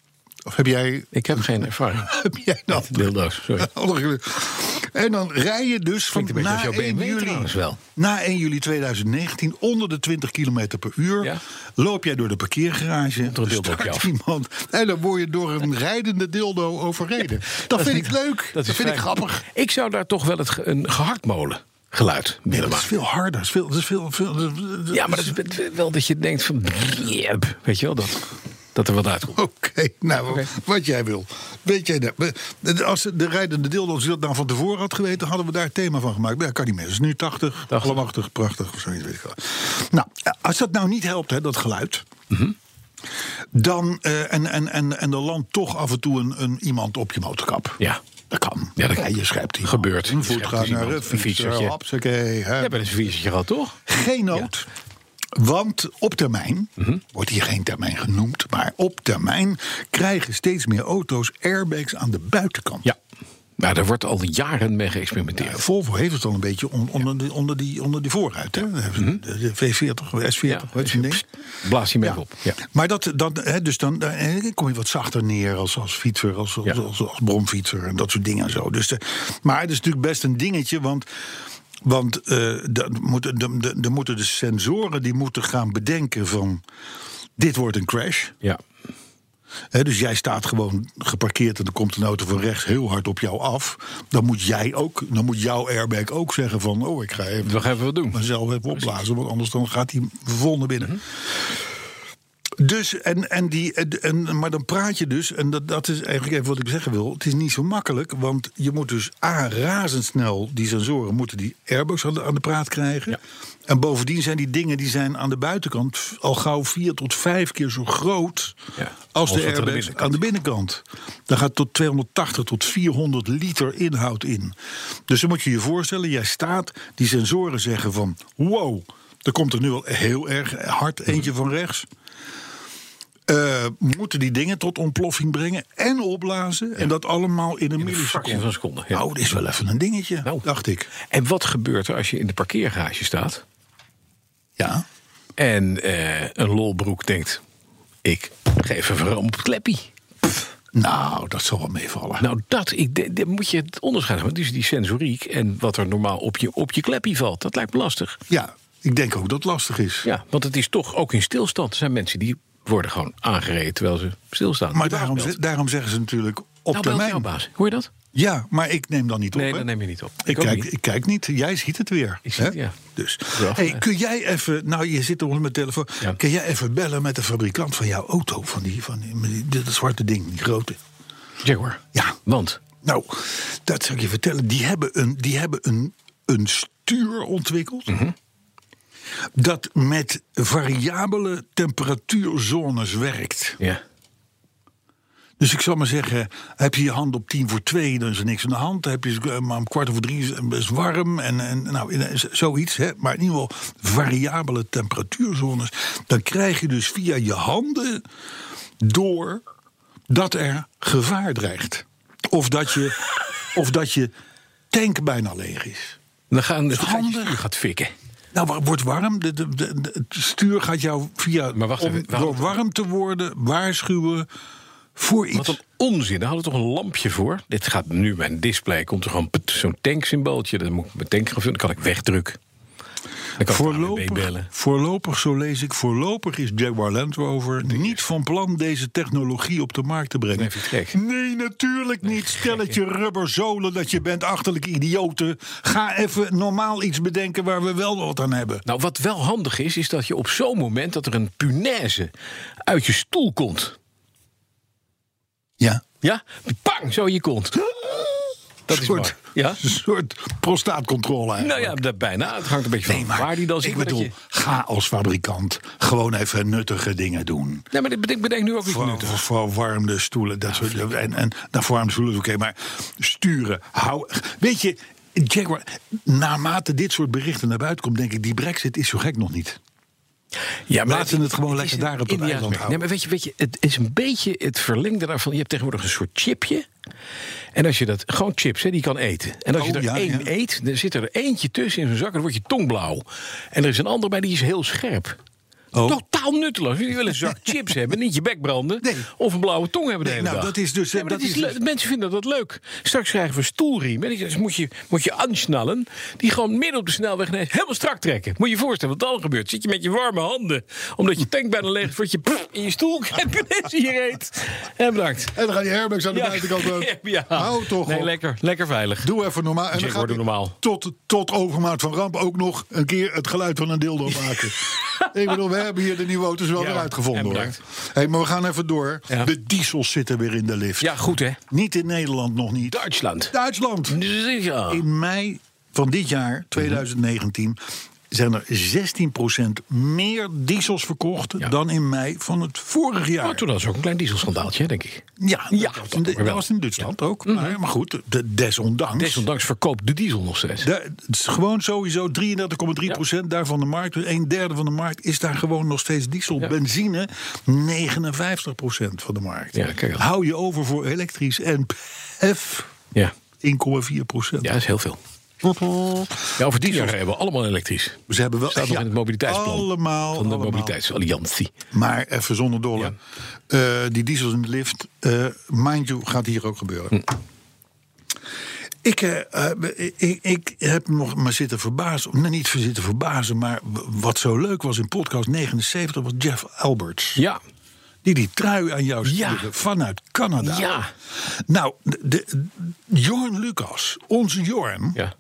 S3: Of heb jij...
S2: Ik heb geen ervaring.
S3: Heb jij dat?
S2: Met dildo's, sorry.
S3: Andere kleur. En dan rij je dus van
S2: Klinkt een beetje
S3: na
S2: als jouw
S3: 1
S2: BMW
S3: juli,
S2: trouwens wel.
S3: na 1 juli 2019 onder de 20 km per uur.
S2: Ja.
S3: Loop jij door de parkeergarage,
S2: Komt er een dildo op je
S3: start
S2: af.
S3: iemand en dan word je door een rijdende dildo overreden. dat, vind ik leuk. Dat,
S2: is
S3: vind ik
S2: fijn.
S3: grappig.
S2: Ik zou daar toch wel het, ge- een gehaktmolen geluid
S3: Nee,
S2: willen
S3: dat is
S2: maken.
S3: veel harder. Dat is veel, dat is veel, veel-
S2: Ja, maar dat is bet- wel dat je denkt van... "Jep", Weet je wel, dat, dat er wat uitkomt.
S3: Oké, nou, wat jij wil. Weet jij dat? We- Als de rijdende dildo's dat nou van tevoren had geweten, hadden we daar het thema van gemaakt. Maar dat kan niet meer. Het is nu 80,
S2: 80.
S3: glamachtig, prachtig of zoiets. Weet ik wel. Nou, als dat nou niet helpt, hè, dat geluid.
S2: Mhm.
S3: Dan, eh, en, en, en, en er landt toch af en toe een, een iemand op je motorkap.
S2: Ja.
S3: Dat kan.
S2: Ja, dat
S3: je schept iemand.
S2: Gebeurt. Je
S3: Een
S2: schept
S3: voetganger,
S2: iemand,
S3: een
S2: een
S3: fietser,
S2: fietsertje.
S3: hapsakee, hè.
S2: Jij bent eens een viertje gehad, toch?
S3: Geen nood. Want op termijn, wordt hier geen termijn genoemd, maar op termijn krijgen steeds meer auto's airbags aan de buitenkant.
S2: Ja. Maar Nou, daar wordt al jaren mee geëxperimenteerd.
S3: Volvo heeft het al een beetje on- onder, die, onder, die, onder die voorruit. Hè? De, de V40, S40, wat is ding.
S2: Blaas je mee
S3: Ja.
S2: op. Ja.
S3: Maar dat, dat, hè, dus dan, dan kom je wat zachter neer als, als fietser, als, als,
S2: Ja.
S3: als, als bromfietser en dat soort dingen en zo. Dus de, maar het is natuurlijk best een dingetje, want. Want eh, dat moeten- de, de, de moeten de sensoren die moeten gaan bedenken van dit wordt een crash.
S2: ja.
S3: Hè, dus jij staat gewoon geparkeerd en er komt een auto van rechts heel hard op jou af. Dan moet jij ook, dan moet jouw airbag ook zeggen van, oh, ik ga even
S2: We gaan even wat doen. Mhm.
S3: mezelf even opblazen, want anders dan gaat hij vol naar binnen. Dus, en, en die, en- en, maar dan praat je dus, en dat, dat is eigenlijk even wat ik zeggen wil. Het is niet zo makkelijk, want je moet dus A, razendsnel die sensoren moeten die airbags aan de, aan de praat krijgen.
S2: Ja.
S3: En bovendien zijn die dingen die zijn aan de buitenkant al gauw vier tot vijf keer zo groot
S2: Ja, als
S3: als
S2: wat
S3: de
S2: aan de
S3: airbags
S2: binnenkant
S3: aan de binnenkant. Daar gaat tot 280 tot 400 liter inhoud in. Dus dan moet je je voorstellen, jij staat, die sensoren zeggen van... wow, er komt er nu al heel erg hard eentje van rechts. Eh, moeten die dingen tot ontploffing brengen en opblazen... en dat allemaal in een
S2: fractie
S3: milliseconde.
S2: van een seconde, ja.
S3: Oh, dit is wel even een dingetje,
S2: Nou.
S3: dacht ik.
S2: En wat gebeurt er als je in de parkeergarage staat
S3: Ja,
S2: en eh, een lolbroek denkt: ik geef even een op het kleppie?
S3: nou, dat zal wel meevallen.
S2: Nou, dat ik, de- de- moet je het onderscheid hebben tussen die sensoriek en wat er normaal op je, op je kleppie valt. Dat lijkt me lastig.
S3: Ja, ik denk ook dat het lastig is.
S2: Ja, want het is toch ook in stilstand. Er zijn mensen die worden gewoon aangereden terwijl ze stilstaan.
S3: Maar
S2: De baas
S3: daarom,
S2: belt.
S3: ze- daarom zeggen ze natuurlijk op
S2: nou, belt
S3: termijn.
S2: jouw baas. Hoor je dat?
S3: Ja, maar ik neem dan niet op.
S2: Nee,
S3: hè?
S2: dat neem je niet op.
S3: Ik,
S2: ook
S3: kijk,
S2: niet.
S3: ik kijk niet. Jij ziet het weer.
S2: Ik zie het,
S3: hè?
S2: ja.
S3: Dus.
S2: Ja.
S3: Hey, kun jij even. Nou, je zit op mijn telefoon.
S2: Ja.
S3: Kun jij even bellen met de fabrikant van jouw auto? Van die, van die, met die- dat zwarte ding, die grote.
S2: Jaguar.
S3: Ja.
S2: Want
S3: Nou, dat zou ik je vertellen. Die hebben een, die hebben een, een stuur ontwikkeld.
S2: Mhm.
S3: Dat met variabele temperatuurzones werkt.
S2: ja,
S3: Dus ik zal maar zeggen, heb je je hand op tien voor twee, dan is er niks aan de hand. Heb je eh, maar om kwart over drie is het best warm en, en nou, in- z- zoiets. Hè? Maar in ieder geval variabele temperatuurzones. Dan krijg je dus via je handen door dat er gevaar dreigt. Of dat je, of dat je tank bijna leeg is.
S2: dan gaan de
S3: handig.
S2: U gaat fikken.
S3: Nou, wa- wordt warm. De, de, de- de- het stuur gaat jou via,
S2: Maar wacht
S3: om
S2: even, waarom-
S3: door warm te worden, waarschuwen voor iets.
S2: Wat een onzin. Daar hadden we toch een lampje voor. Dit gaat nu mijn display. Komt er gewoon put- zo'n tanksymbooltje. Dan moet ik mijn tank gaan vullen. Dan kan ik wegdrukken. Dan kan ik de ANWB
S3: Voorlopig,
S2: bellen.
S3: voorlopig, zo lees ik, voorlopig is Jaguar Land Rover niet van plan deze technologie op de markt te brengen.
S2: Nee, vind je het gek?
S3: Nee, natuurlijk niet. Stelletje rubberzolen dat je bent, achterlijk idioten. Ga even normaal iets bedenken waar we wel wat aan hebben.
S2: Nou, wat wel handig is, is dat je op zo'n moment... dat er een punaise uit je stoel komt.
S3: Ja.
S2: Ja? Pang, zo in je kont. Dat is
S3: soort,
S2: mooi. Ja?
S3: Een soort prostaatcontrole eigenlijk.
S2: Nou ja, dat bijna. Het hangt een beetje van
S3: Nee, maar
S2: waar die dan zit.
S3: ik
S2: maar dat
S3: bedoel,
S2: je-
S3: ga als fabrikant gewoon even nuttige dingen doen.
S2: Nee, maar ik bedenk, bedenk nu ook iets
S3: Voor,
S2: nuttigs.
S3: voor, voor warmde stoelen. Dat soort, en, en nou, voor warmde stoelen is oké, maar sturen, hou. Weet je, Jaguar, naarmate dit soort berichten naar buiten komt, denk ik, die brexit is zo gek nog niet.
S2: Ja,
S3: Laten ze het gewoon
S2: is
S3: lekker
S2: een
S3: daar op dat
S2: Indiaans
S3: eiland
S2: merk. Nee,
S3: houden.
S2: maar weet je, weet je, het is een beetje het verlengde daarvan. Je hebt tegenwoordig een soort chipje. En als je dat, gewoon chips, hè, die je kan eten. En als je
S3: Oh,
S2: er
S3: ja,
S2: één
S3: ja.
S2: eet, dan zit er eentje tussen in zo'n zak. En dan word je tongblauw. En er is een ander bij, die is heel scherp.
S3: Oh.
S2: Totaal nutteloos. Jullie willen een zak chips hebben, niet je bek branden.
S3: Nee.
S2: Of een blauwe tong hebben de hele
S3: nou,
S2: dag.
S3: dat is dus-
S2: Nee, maar
S3: dat
S2: dat is
S3: is
S2: le- Mensen vinden dat leuk. Straks krijgen we stoelriemen. En ik- Dus moet je, moet je aansnallen. Die gewoon midden op de snelweg ineens helemaal strak trekken. Moet je je voorstellen wat dan gebeurt. Zit je met je warme handen. Omdat je tank bijna leeg is. Word je pff, in je stoel. Krijg je ineens in je reet. En bedankt.
S3: En dan gaan die airbags aan de
S2: ja.
S3: Hou toch
S2: nee,
S3: op.
S2: lekker, lekker veilig.
S3: Doe even normaal. En
S2: Jaguar,
S3: dan gaat
S2: doe
S3: hij
S2: normaal.
S3: Tot, tot overmaat van ramp ook nog een keer het geluid van een dildo maken. Ik bedoel, we hebben hier de nieuwe auto's wel
S2: Ja,
S3: weer uitgevonden.
S2: en
S3: hoor.
S2: bedankt.
S3: Hey, maar we gaan even door.
S2: Ja.
S3: De diesels zitten weer in de lift.
S2: Ja, goed hè.
S3: Niet in Nederland nog niet.
S2: Duitsland. Dus,
S3: Duitsland.
S2: Ja.
S3: In mei van dit
S2: Mhm.
S3: jaar, 2019, zijn er 16% meer diesels verkocht
S2: Ja.
S3: dan in mei van het vorige
S2: Maar
S3: jaar.
S2: Oh, toen was ook een klein dieselschandaaltje, denk ik.
S3: Ja,
S2: Ja,
S3: dat, was
S2: dat
S3: in,
S2: ook weer
S3: dat
S2: wel. Mhm.
S3: was in Duitsland ook. Maar, maar goed, de, desondanks.
S2: Desondanks verkoopt de diesel nog steeds.
S3: Daar- het is gewoon sowieso 33,3 daarvan de markt. Dus een derde van de markt is daar gewoon nog steeds diesel.
S2: Ja.
S3: Benzine 59 van de markt.
S2: Ja, kijk aan.
S3: Hou je over voor elektrisch en PF 1,4
S2: Ja. ja, dat is heel veel. Ja, over tien jaar hebben we allemaal elektrisch.
S3: Ze hebben wel
S2: Staat nog
S3: ja,
S2: in het mobiliteitsplan.
S3: Nou, Allemaal.
S2: Van de
S3: allemaal.
S2: mobiliteitsalliantie.
S3: Maar even zonder dolle. Eh, die diesels in de lift. eh mind you, gaat hier ook gebeuren.
S2: Hm.
S3: Ik, eh, eh, ik, ik heb nog maar zitten verbazen. Nee, niet zitten verbazen, maar w- wat zo leuk was in podcast 79 was Jeff Alberts.
S2: Ja,
S3: die die trui aan jou
S2: Ja.
S3: stuurde vanuit Canada.
S2: Ja.
S3: Nou, de, de- Jorn Lucas, onze Jorn,
S2: Ja.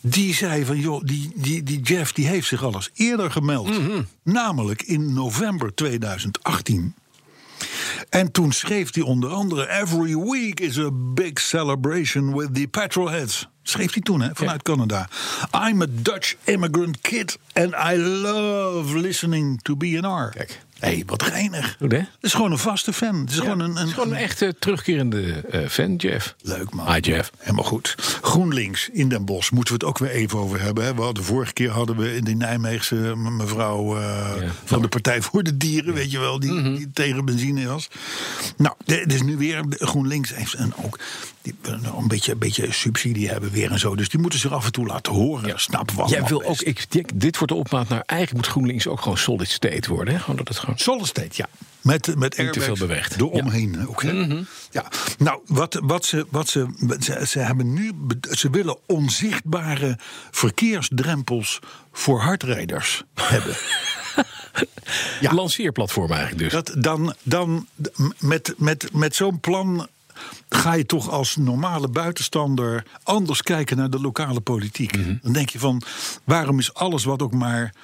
S3: die zei van, joh, die, die, die Jeff die heeft zich al eens eerder gemeld.
S2: Mhm.
S3: Namelijk in november 2018. En toen schreef hij onder andere... Every week is a big celebration with the petrolheads. Schreef hij toen, hè, vanuit Canada. I'm a Dutch immigrant kid and I love listening to BNR.
S2: Kijk.
S3: Hé, hey, wat geinig.
S2: Goed, hè?
S3: Het is gewoon een vaste fan. Het is gewoon een...
S2: Het
S3: een
S2: is gewoon een echte terugkerende eh, fan, Jeff.
S3: Leuk man.
S2: Hi, Jeff.
S3: Helemaal goed. GroenLinks in Den Bosch moeten we het ook weer even over hebben. Hè? We hadden vorige keer hadden we in die Nijmeegse me- mevrouw eh, van de Partij voor de Dieren, weet je wel, die,
S2: Mhm.
S3: die tegen benzine was. Nou, de- dus nu weer de- GroenLinks heeft een, ook die, een, beetje, een beetje subsidie hebben weer en zo. Dus die moeten zich af en toe laten horen. Snap wat.
S2: Jij wil ook, ik, denk, dit wordt de opmaat naar. Eigenlijk moet GroenLinks ook gewoon solid state worden. Hè? Gewoon dat het gewoon.
S3: Solid State, ja. Met, met
S2: Niet te
S3: airbags
S2: veel beweegt. Mhm.
S3: Eromheen ook. hè. Ja. Nou, wat, wat ze, wat ze, ze, ze hebben nu. bed- Ze willen onzichtbare verkeersdrempels voor hardrijders hebben. Ja.
S2: Lanceerplatform eigenlijk dus.
S3: Dat dan, dan d- met, met, met zo'n plan ga je toch als normale buitenstander anders kijken naar de lokale politiek. Dan denk je van, waarom is alles wat ook maar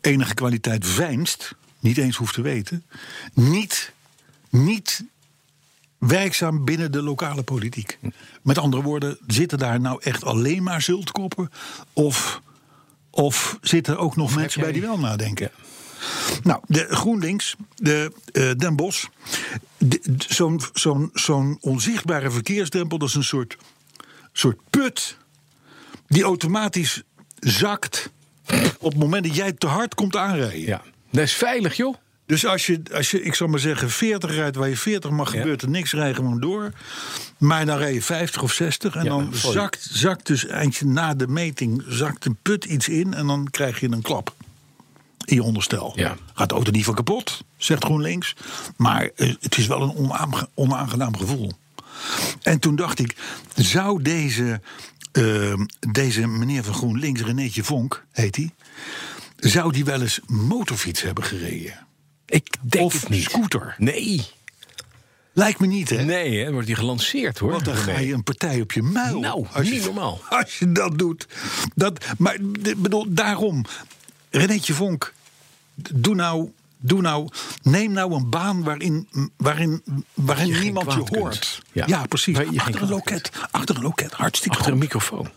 S3: enige kwaliteit veinst, niet eens hoeft te weten, niet, niet werkzaam binnen de lokale politiek? Met andere woorden, zitten daar nou echt alleen maar zultkoppen? Of, of zitten ook nog mensen bij die wel nadenken? Nou, de GroenLinks, de, eh, Den Bosch. de- de- Zo'n zo'n- zo'n onzichtbare verkeersdrempel, dat is een soort, soort put die automatisch zakt op het moment dat jij te hard komt aanrijden.
S2: Ja. Dat is veilig, joh.
S3: Dus als je, als je, ik zal maar zeggen, 40 rijdt waar je 40 mag,
S2: Ja.
S3: gebeurt er niks, rij gewoon door. Maar dan rij je 50 of 60 en
S2: Ja,
S3: dan
S2: sorry.
S3: zakt, zakt dus eindje na de meting, zakt een put iets in en dan krijg je een klap. In je onderstel.
S2: Ja.
S3: Gaat de auto niet van kapot, zegt GroenLinks. Maar eh, het is wel een onaange- onaangenaam gevoel. En toen dacht ik, zou deze, eh, deze meneer van GroenLinks, Renéetje Vonk, heet hij... zou die wel eens motorfiets hebben gereden?
S2: Ik denk
S3: Of
S2: het niet.
S3: scooter.
S2: Nee.
S3: Lijkt me niet, hè?
S2: Nee, hè. Dan wordt die gelanceerd hoor.
S3: Want dan ga je een partij op je muil.
S2: Nou,
S3: Als je-
S2: niet normaal.
S3: Als je dat doet. Dat, maar ik bedoel, daarom. Renetje Vonk, doe nou, doe nou, neem nou een baan waarin, waarin, waarin
S2: geen
S3: niemand je
S2: kwaad kunt.
S3: hoort.
S2: Ja.
S3: precies.
S2: Waar je geen
S3: achter een
S2: kwaad
S3: loket. Achter een loket. Hartstikke
S2: Achter een
S3: goed.
S2: microfoon.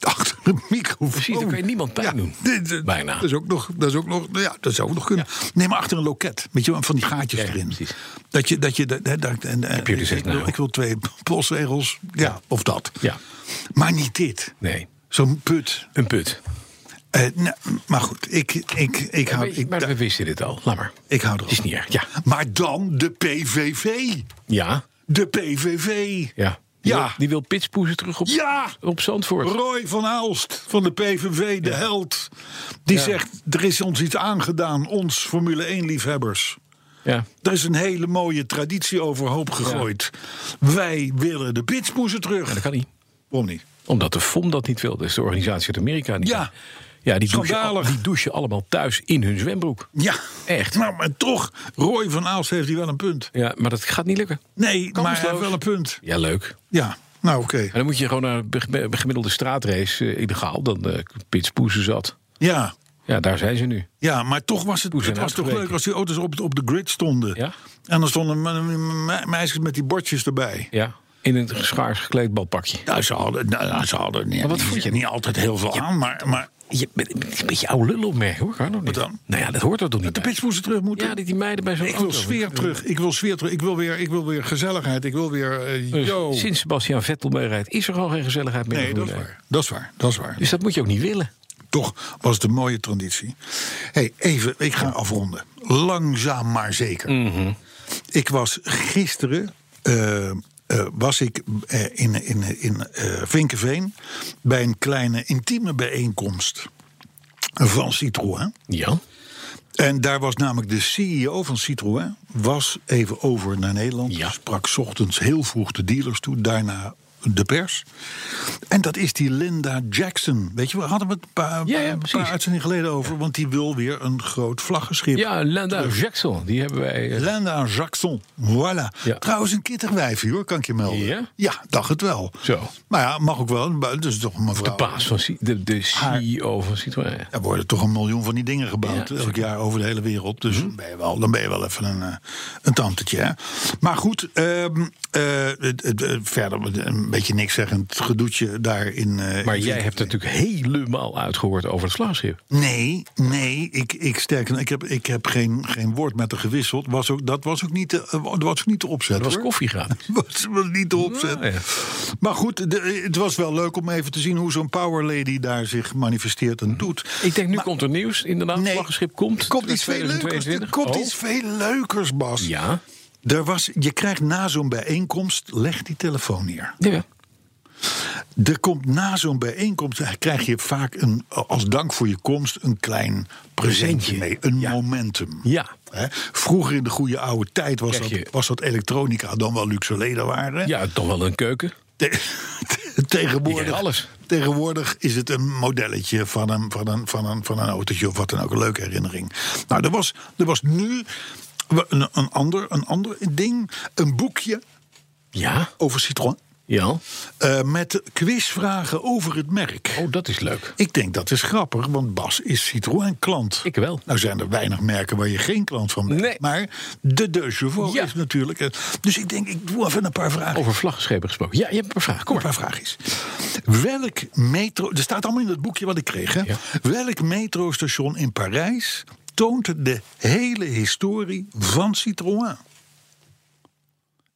S3: Achter een microfoon.
S2: Precies, dan kan je niemand pijn doen.
S3: dit- dit-
S2: Bijna.
S3: Dat is ook nog, dat is ook nog, ja, dat zou ook nog kunnen. Neem maar achter een loket, weet je wel, van die gaatjes
S2: Ja, ja,
S3: erin.
S2: precies.
S3: Dat je, dat je, dat, dat, dat- en, eh,
S2: je dus
S3: ik,
S2: echt
S3: wil,
S2: nou.
S3: ik wil twee postzegels, ja, of dat.
S2: Ja.
S3: Maar niet dit.
S2: Nee.
S3: Zo'n put.
S2: Een put.
S3: Eh, nou, maar goed, ik, ik, ik, hou,
S2: maar
S3: ik,
S2: maar
S3: da-
S2: we wisten dit al. Laat maar.
S3: ik hou erop.
S2: Het is niet erg. Ja.
S3: Maar dan de PVV.
S2: Ja.
S3: De PVV.
S2: Ja. Die
S3: Ja.
S2: wil, die wil pitspoezen terug op,
S3: Ja.
S2: op Zandvoort.
S3: Roy van Aalst van de PVV, de held. Die zegt, er is ons iets aangedaan, ons Formule 1-liefhebbers.
S2: Ja.
S3: Daar is een hele mooie traditie overhoop gegooid. Wij willen de pitspoezen terug.
S2: Dat kan niet.
S3: Waarom niet?
S2: Omdat de FOM dat niet wil. Dus de organisatie uit Amerika niet.
S3: Ja.
S2: Ja, die douchen, al-
S3: Schandalig.
S2: die douchen allemaal thuis in hun zwembroek.
S3: Ja,
S2: Echt.
S3: Nou, maar toch, Roy van Aalst heeft hier wel een punt.
S2: Ja, maar dat gaat niet lukken.
S3: Nee, maar hij heeft
S2: Kansloos.
S3: wel een punt.
S2: Ja, leuk.
S3: Ja, nou oké.
S2: Maar dan moet je gewoon naar de gem- gemiddelde straatrace eh, illegaal. Dan eh pitspoezen zat.
S3: Ja.
S2: Ja, daar zijn ze nu.
S3: Ja, maar toch was het,
S2: Hoe zijn
S3: het was toch
S2: uitgeweken?
S3: leuk als die auto's op, op de grid stonden.
S2: Ja.
S3: En dan stonden me- me- me- meisjes met die bordjes erbij.
S2: Ja. In een schaars gekleed balpakje.
S3: Ja, ze hadden, nou, nou, ze hadden niet,
S2: wat vond je?
S3: niet altijd heel veel aan, maar, maar
S2: Je bent het is een beetje oude lul opmerken hoor. Kan ook niet.
S3: Wat dan?
S2: Nou ja, dat hoort er toch niet
S3: de
S2: bij.
S3: pits moesten terug moeten.
S2: Ja, dat die meiden bij zo'n
S3: ik
S2: auto.
S3: wil sfeer terug. Ik wil sfeer terug. Ik wil weer, ik wil weer gezelligheid. Ik wil weer. eh,
S2: Dus
S3: yo.
S2: sinds Sebastian Vettel meerijdt, is er al geen gezelligheid meer.
S3: Nee, dat is waar. Dat is waar. Dat is waar.
S2: Dus dat moet je ook niet willen.
S3: Toch was het een mooie traditie. hey, even, ik ga afronden. Langzaam maar zeker.
S2: Mhm.
S3: Ik was gisteren. eh, eh, was ik eh, in, in, in eh Vinkeveen bij een kleine intieme bijeenkomst van Citroën.
S2: Ja.
S3: En daar was namelijk de CEO van Citroën, was even over naar Nederland.
S2: Ja.
S3: Sprak 's ochtends heel vroeg de dealers toe. Daarna de pers. En dat is die Linda Jackson. Weet je, we hadden het een paar,
S2: Ja, ja,
S3: een
S2: precies.
S3: paar uitzendingen geleden over. Want die wil weer een groot vlaggenschip.
S2: Ja, Linda Jackson, die hebben wij. eh,
S3: Linda Jackson, voilà.
S2: Ja.
S3: Trouwens, een kittig wijfje hoor, kan ik je melden.
S2: Ja?
S3: ja, dacht het wel.
S2: Zo.
S3: Maar ja, mag ook wel. Dus toch een
S2: de
S3: mevrouw.
S2: baas van Ci- de, de CEO van Citroën.
S3: Er worden toch een miljoen van die dingen gebouwd
S2: Ja, Mhm.
S3: elk jaar over de hele wereld. Dus dan, ben je wel, dan ben je wel even een, eh, een tantetje. Hè? Maar goed, ehm, eh, het- het- het- verder een beetje niks zeggend gedoetje daar in. eh,
S2: Maar
S3: in
S2: jij hebt natuurlijk helemaal uitgehoord over het vlaggenschip.
S3: Nee, nee, ik, ik sterker, ik heb, ik heb geen, geen woord met haar gewisseld. Was ook, dat was ook niet de, eh, dat was ook niet de opzet.
S2: Dat was
S3: hoor.
S2: koffie gratis.
S3: was, was niet de opzet.
S2: Nou ja.
S3: Maar goed, de- het was wel leuk om even te zien hoe zo'n power lady daar zich manifesteert en doet.
S2: Mhm. Ik denk, nu komt er nieuws. Inderdaad, het vlaggenschip komt.
S3: er komt iets veel leukers.
S2: 2022.
S3: Er komt
S2: Oh.
S3: iets veel leukers, Bas.
S2: Ja.
S3: Er was, je krijgt na zo'n bijeenkomst, leg die telefoon neer.
S2: ja.
S3: Er komt na zo'n bijeenkomst, eh, krijg je vaak een, als dank voor je komst een klein presentje mee. Een momentum.
S2: Ja.
S3: Hè? Vroeger in de goede oude tijd was,
S2: Krijg
S3: dat,
S2: je-
S3: was dat elektronica dan wel luxe leden waren.
S2: Ja, toch wel een keuken.
S3: Te-
S2: Je
S3: tegenwoordig,
S2: krijgt alles.
S3: tegenwoordig is het een modelletje van een, van, een, van, een, van een autootje of wat dan ook. Een leuke herinnering. Nou, er was, er was nu we- een, een, ander, een ander ding. Een boekje
S2: Ja.
S3: over Citroën.
S2: Ja.
S3: eh, met quizvragen over het merk.
S2: Oh, dat is leuk.
S3: Ik denk dat is grappig, want Bas is Citroën klant.
S2: Ik wel.
S3: Nou zijn er weinig merken waar je geen klant van bent.
S2: Nee.
S3: Maar de De Chauffeur
S2: Ja.
S3: is natuurlijk... eh, Dus ik denk, ik doe even een paar vragen.
S2: Over vlaggenschepen gesproken. Ja, je hebt een vraag. Kom
S3: Een
S2: maar.
S3: paar vraagjes. Welk metro... Er staat allemaal in het boekje wat ik kreeg. Hè?
S2: Ja.
S3: Welk metrostation in Parijs toont de hele historie van Citroën?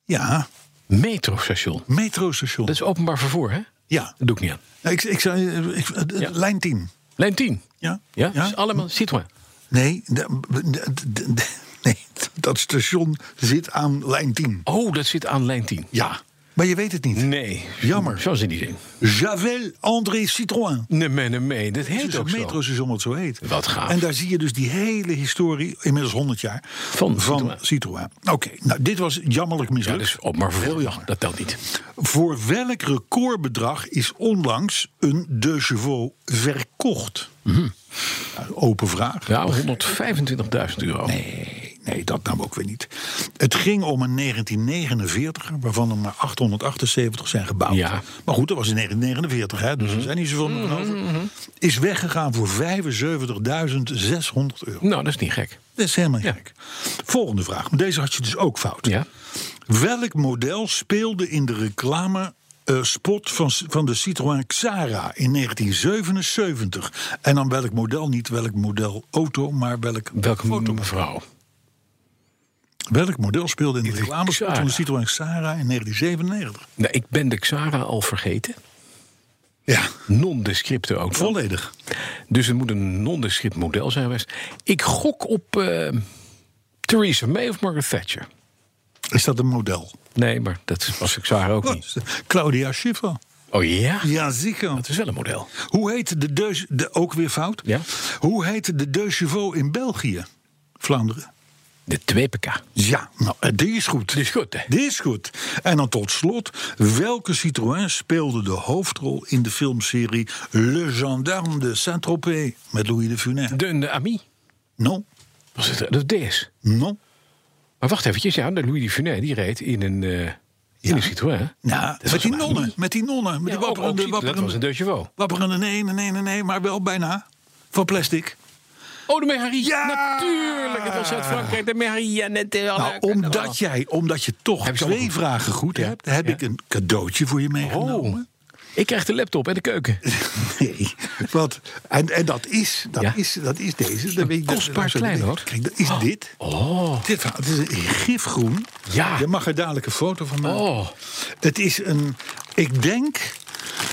S3: Ja,
S2: Metrostation.
S3: metrostation.
S2: Dat is openbaar vervoer, hè?
S3: Ja.
S2: Dat doe ik niet aan.
S3: Nou, Ik, ik, zei, eh, ik, eh,
S2: Ja.
S3: Lijn 10.
S2: Lijn 10.
S3: Ja?
S2: Ja, is allemaal Citroën.
S3: Nee, de- de- de- de- nee, dat station zit aan lijn 10.
S2: Oh, dat zit aan lijn 10.
S3: Ja, maar je weet het niet.
S2: Nee.
S3: Jammer.
S2: Zo zit die ding.
S3: Javel André Citroën.
S2: Nee, nee, nee, nee. Dat
S3: Het
S2: heet
S3: is
S2: ook
S3: een
S2: zo.
S3: metrostation wat zo heet.
S2: Wat gaaf.
S3: En daar zie je dus die hele historie, inmiddels 100 jaar,
S2: Van Citroën.
S3: Citroën. Oké, nou dit was jammerlijk
S2: Ja, dus
S3: mislukt.
S2: dat is openbaar
S3: Heel
S2: vervoer.
S3: jammer.
S2: Dat telt niet.
S3: Voor welk recordbedrag is onlangs een De Chauveau verkocht? Nou, open vraag.
S2: Mhm. Ja, 125.000 euro.
S3: Nee, nee, dat nam ook weer niet. Het ging om een 1949, waarvan er maar 878 zijn gebouwd.
S2: Ja. Mhm.
S3: Maar goed, dat was in 1949, hè, dus er zijn niet zoveel meer over. Is weggegaan voor 75.600 euro.
S2: Nou, dat is niet gek.
S3: Dat is helemaal
S2: Ja.
S3: gek. Volgende vraag, maar deze had je dus ook fout.
S2: Ja.
S3: Welk model speelde in de reclame... eh, spot van, van de Citroën Xara in 1977. En dan welk model, niet welk model auto, maar welk
S2: Welke mevrouw?
S3: Welk model speelde in de reclamespot van
S2: Xara.
S3: de Citroën Xara in 1997?
S2: Nou, ik ben de Xara al vergeten.
S3: Ja,
S2: Non-descripte ook. nog.
S3: volledig.
S2: Dus het moet een non-descript model zijn geweest. Ik gok op eh, Theresa May of Margaret Thatcher.
S3: Is dat een model?
S2: Nee, maar dat was de Xara ook niet.
S3: Claudia Schiffer.
S2: Oh ja?
S3: Ja, zeker.
S2: Dat is wel een model.
S3: Hoe heet de Deus... De, ook weer fout.
S2: Ja.
S3: Hoe heet de Deux Chevaux in België? Vlaanderen.
S2: De 2PK.
S3: Ja, nou, eh, die is goed.
S2: Die is goed, hè?
S3: Die is goed. En dan tot slot, welke Citroën speelde de hoofdrol in de filmserie Le Gendarme de Saint-Tropez met Louis de Funès?
S2: De, de Ami.
S3: Non,
S2: Was het, dat is DS.
S3: non.
S2: Maar wacht eventjes, ja, de Louis de Funès die reed in een, eh in een Citroën.
S3: Nou,
S2: was
S3: met die,
S2: een
S3: nonnen,
S2: Ami.
S3: met die nonnen, met
S2: Ja,
S3: die
S2: ook, ook
S3: wapperende,
S2: Citroën, dat was een
S3: wapperende,
S2: Deux Chevaux.
S3: wapperende, nee, nee, nee, nee, nee, maar wel bijna. Van plastic.
S2: Oh, de Mehari.
S3: Ja!
S2: Natuurlijk, het was uit Frankrijk. De Mehari. en het-
S3: Nou, omdat jij, omdat je toch
S2: Heb je ze
S3: twee
S2: allemaal goed?
S3: vragen goed
S2: Ja.
S3: hebt, heb
S2: Ja.
S3: ik een cadeautje voor je
S2: Oh,
S3: meegenomen.
S2: ik krijg de laptop en de keuken.
S3: Nee, want, en, en dat, is, dat,
S2: Ja.
S3: is, dat is deze. Dat weet je-
S2: kostbaar
S3: dat- dat-
S2: klein,
S3: dat-
S2: hoor.
S3: Kijk, dat is dit.
S2: Oh,
S3: Dit verhaal, het is een gifgroen.
S2: Ja.
S3: Je mag er dadelijk een foto van maken.
S2: oh.
S3: Het is een, ik denk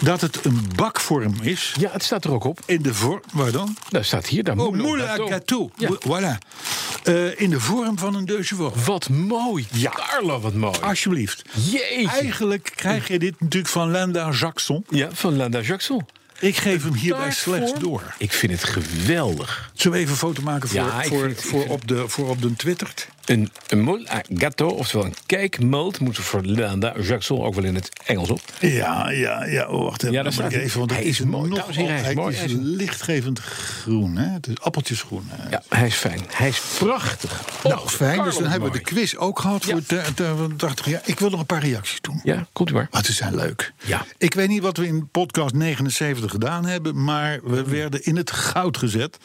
S3: dat het een bakvorm is.
S2: Ja, het staat er ook op.
S3: In de vorm, waar dan?
S2: Nou, staat hier dan.
S3: Oh, moule à gâteau.
S2: Ja.
S3: Mo- Voilà. Eh, in de vorm van een deusje voor.
S2: Wat mooi.
S3: Ja.
S2: Carlo, wat mooi.
S3: Alsjeblieft.
S2: Jeetje.
S3: Eigenlijk krijg je dit natuurlijk van Linda Jackson.
S2: Ja, van Linda Jackson.
S3: Ik geef hem hierbij
S2: Taartvorm.
S3: slechts door.
S2: Ik vind het geweldig.
S3: Zullen we even een foto maken voor,
S2: Ja, ik
S3: voor,
S2: vind- ik
S3: voor,
S2: vind-
S3: op de, voor op de Twitter?
S2: Een, een moule à gâteau, oftewel een cakemold, moet voor Linda Jackson ook wel in het Engels op.
S3: Ja, ja, ja. Oh, wacht even.
S2: Ja, dat
S3: Dan moet
S2: staat-
S3: ik even, want
S2: hij
S3: het
S2: is
S3: is
S2: mooi.
S3: nog
S2: Dames en heren, hij is
S3: hij
S2: mooi.
S3: is
S2: Hij is-
S3: lichtgevend groen, hè? Het is appeltjesgroen. hè.
S2: Ja, hij is fijn. Hij is prachtig.
S3: Nou,
S2: Och,
S3: fijn. Dus
S2: Carlo,
S3: dan hebben we
S2: mooi.
S3: de quiz ook gehad voor de, de, de 80 jaar. Ik wil nog een paar reacties doen.
S2: Ja, komt u maar.
S3: Want ze zijn leuk.
S2: Ja.
S3: Ik weet niet wat we in podcast 79 gedaan hebben, maar we werden in het goud gezet.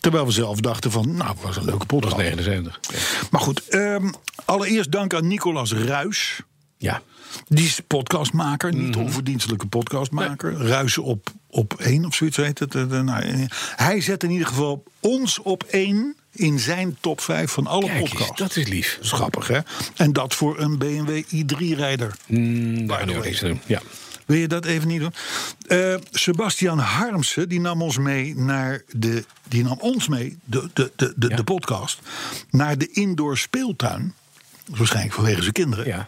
S3: Terwijl we zelf dachten van, nou, was een leuke podcast.
S2: Dat is 79.
S3: Maar goed, ehm, allereerst dank aan Nicolas Ruis.
S2: Ja.
S3: Die is podcastmaker, niet
S2: Mhm.
S3: onverdienstelijke podcastmaker. Ruis op, op één of zoiets heet het. Eh, eh, nou, eh, hij zet in ieder geval ons op één in zijn top vijf van alle
S2: Kijk eens,
S3: podcasts.
S2: dat is lief.
S3: Dat is grappig, hè? En dat voor een BMW i3-rijder.
S2: Mm, Daar gaan we ook niks aan doen. Ja.
S3: Wil je dat even niet doen? Eh, Sebastian Harmsen, die nam ons mee naar de. Die nam ons mee, de, de, de, de,
S2: Ja.
S3: de podcast, naar de indoor speeltuin. Waarschijnlijk vanwege zijn kinderen.
S2: Ja.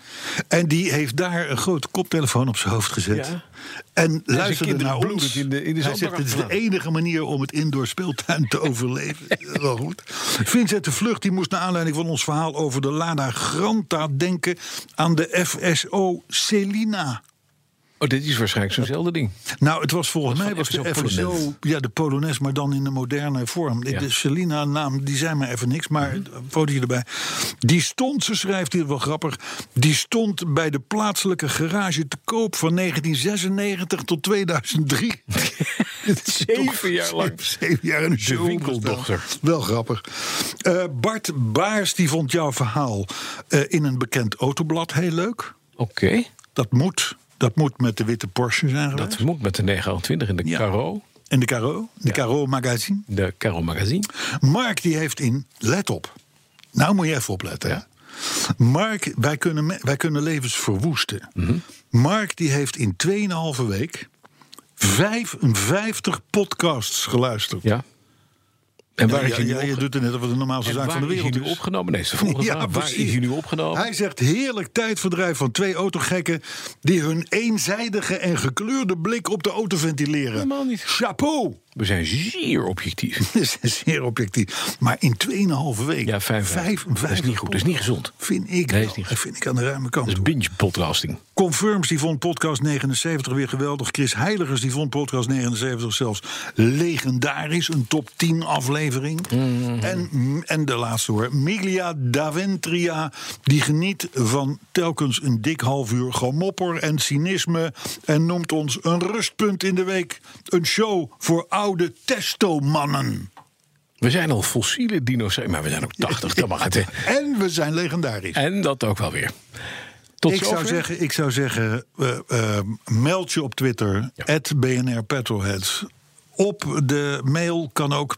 S3: En die heeft daar een grote koptelefoon op zijn hoofd gezet.
S2: Ja.
S3: En luisterde
S2: kinderen
S3: naar
S2: bloedend
S3: ons.
S2: in de- in de
S3: Hij
S2: zandbak
S3: zegt, het is de
S2: afgelaten."
S3: enige manier om het indoor speeltuin te overleven. Eh, Wel goed. Vincent de Vlucht die moest naar aanleiding van ons verhaal over de Lada Granta denken aan de FSO Celina.
S2: Oh, dit is waarschijnlijk zo'nzelfde ding.
S3: Nou, het was volgens
S2: Dat
S3: mij
S2: was
S3: was
S2: gewoon
S3: de
S2: even zo'n
S3: FSO,
S2: Polonaise.
S3: ja, de Polonaise, maar dan in de moderne vorm.
S2: Ja. Mhm.
S3: De Selina-naam, die zei maar even niks, maar een fotootje erbij. Die stond, ze schrijft hier wel grappig, die stond bij de plaatselijke garage te koop van 1996 tot 2003. Dit is
S2: Zeven
S3: toch
S2: jaar lang.
S3: Zeven jaar in een show.
S2: winkeldochter.
S3: Wel grappig. Eh, Bart Baars, die vond jouw verhaal eh, in een bekend autoblad heel leuk.
S2: Oké.
S3: Dat moet. Dat moet met de witte Porsche zijn geweest.
S2: Dat moet met de 920 in de
S3: Ja.
S2: Caro.
S3: En de Caro, de Caro magazine.
S2: De Caro Magazine.
S3: Mark die heeft in, let op. Nou moet je even opletten. hè. Mark, wij kunnen, me- wij kunnen levens verwoesten. Mark die heeft in 2,5 week 55 podcasts geluisterd.
S2: Ja. En waar is
S3: Ja, ja,
S2: hij nu
S3: ja, je
S2: opge-
S3: doet het net of het de normaalste
S2: en
S3: zaak
S2: waar
S3: van de
S2: is hij
S3: wereld
S2: nu
S3: is.
S2: opgenomen? Nee, is de volgende vraag. Waar
S3: precies.
S2: is hij nu opgenomen?
S3: Hij zegt heerlijk tijdverdrijf van twee autogekken... die hun eenzijdige en gekleurde blik op de auto ventileren.
S2: Helemaal niet.
S3: Chapeau!
S2: We zijn zeer objectief.
S3: Dat is zeer objectief. Maar in 2,5 weken.
S2: Ja, vijf- Dat is niet goed, dat is niet gezond.
S3: Vind ik.
S2: Nee,
S3: wel.
S2: is niet
S3: dat vind ik aan de ruime
S2: Dat
S3: kant.
S2: is
S3: hoor.
S2: binge podcasting.
S3: Confirms die vond podcast 79 weer geweldig. Chris Heiligers die vond podcast 79 zelfs legendarisch. Een top 10 aflevering.
S2: Mhm.
S3: En, en de laatste hoor. Miglia Daventria die geniet van telkens een dik half uur gemopper en cynisme. En noemt ons een rustpunt in de week. Een show voor oude testomannen.
S2: We zijn al fossiele dinosaurus, maar we zijn ook 80. Dat mag het. hè.
S3: En we zijn legendarisch.
S2: En dat ook wel weer. Tot
S3: ik zou
S2: zover.
S3: zeggen, ik zou zeggen eh, eh, meld je op Twitter, BNR Petrolheads. Op de mail kan ook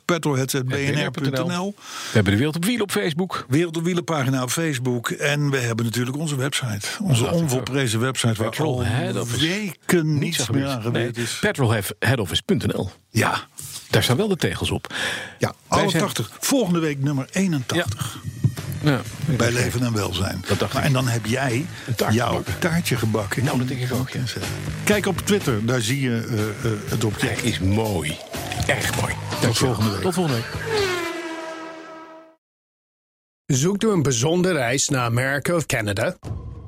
S3: petrolheads.bnr.nl.
S2: We hebben de wereld op wiel op Facebook.
S3: Wereld op Wielenpagina op Facebook. En we hebben natuurlijk onze website. Onze
S2: natuurlijk
S3: onvolprezen website waar
S2: Petrol
S3: al
S2: Head Office.
S3: weken
S2: Niets
S3: niets meer aan gebeurd is.
S2: Petrolheadoffice.nl.
S3: Ja,
S2: Daar staan wel de tegels op.
S3: ja
S2: Wij
S3: alle
S2: zijn-
S3: 80. Volgende week nummer 81.
S2: Ja.
S3: Bij Leven en Welzijn.
S2: Dat dacht
S3: maar,
S2: ik.
S3: en dan heb jij
S2: taartje
S3: jouw
S2: gebakken.
S3: taartje gebakken.
S2: Nou, dat denk ik ook, ja.
S3: Kijk op Twitter, daar zie je eh, eh, het
S2: Hij
S3: object.
S2: is mooi. Erg mooi.
S3: Tot volgende week.
S2: Tot volgende week.
S5: Zoekt u een bijzondere reis naar Amerika of Canada?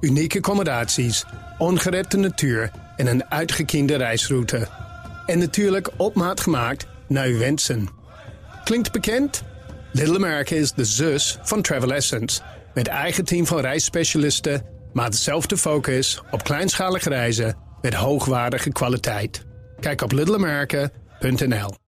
S5: Unieke accommodaties, ongerepte natuur en een uitgekiende reisroute. En natuurlijk op maat gemaakt naar uw wensen. Klinkt bekend? Little America is de zus van Travel Essence. Met eigen team van reisspecialisten, maar dezelfde focus op kleinschalige reizen met hoogwaardige kwaliteit. Kijk op littleamerica.nl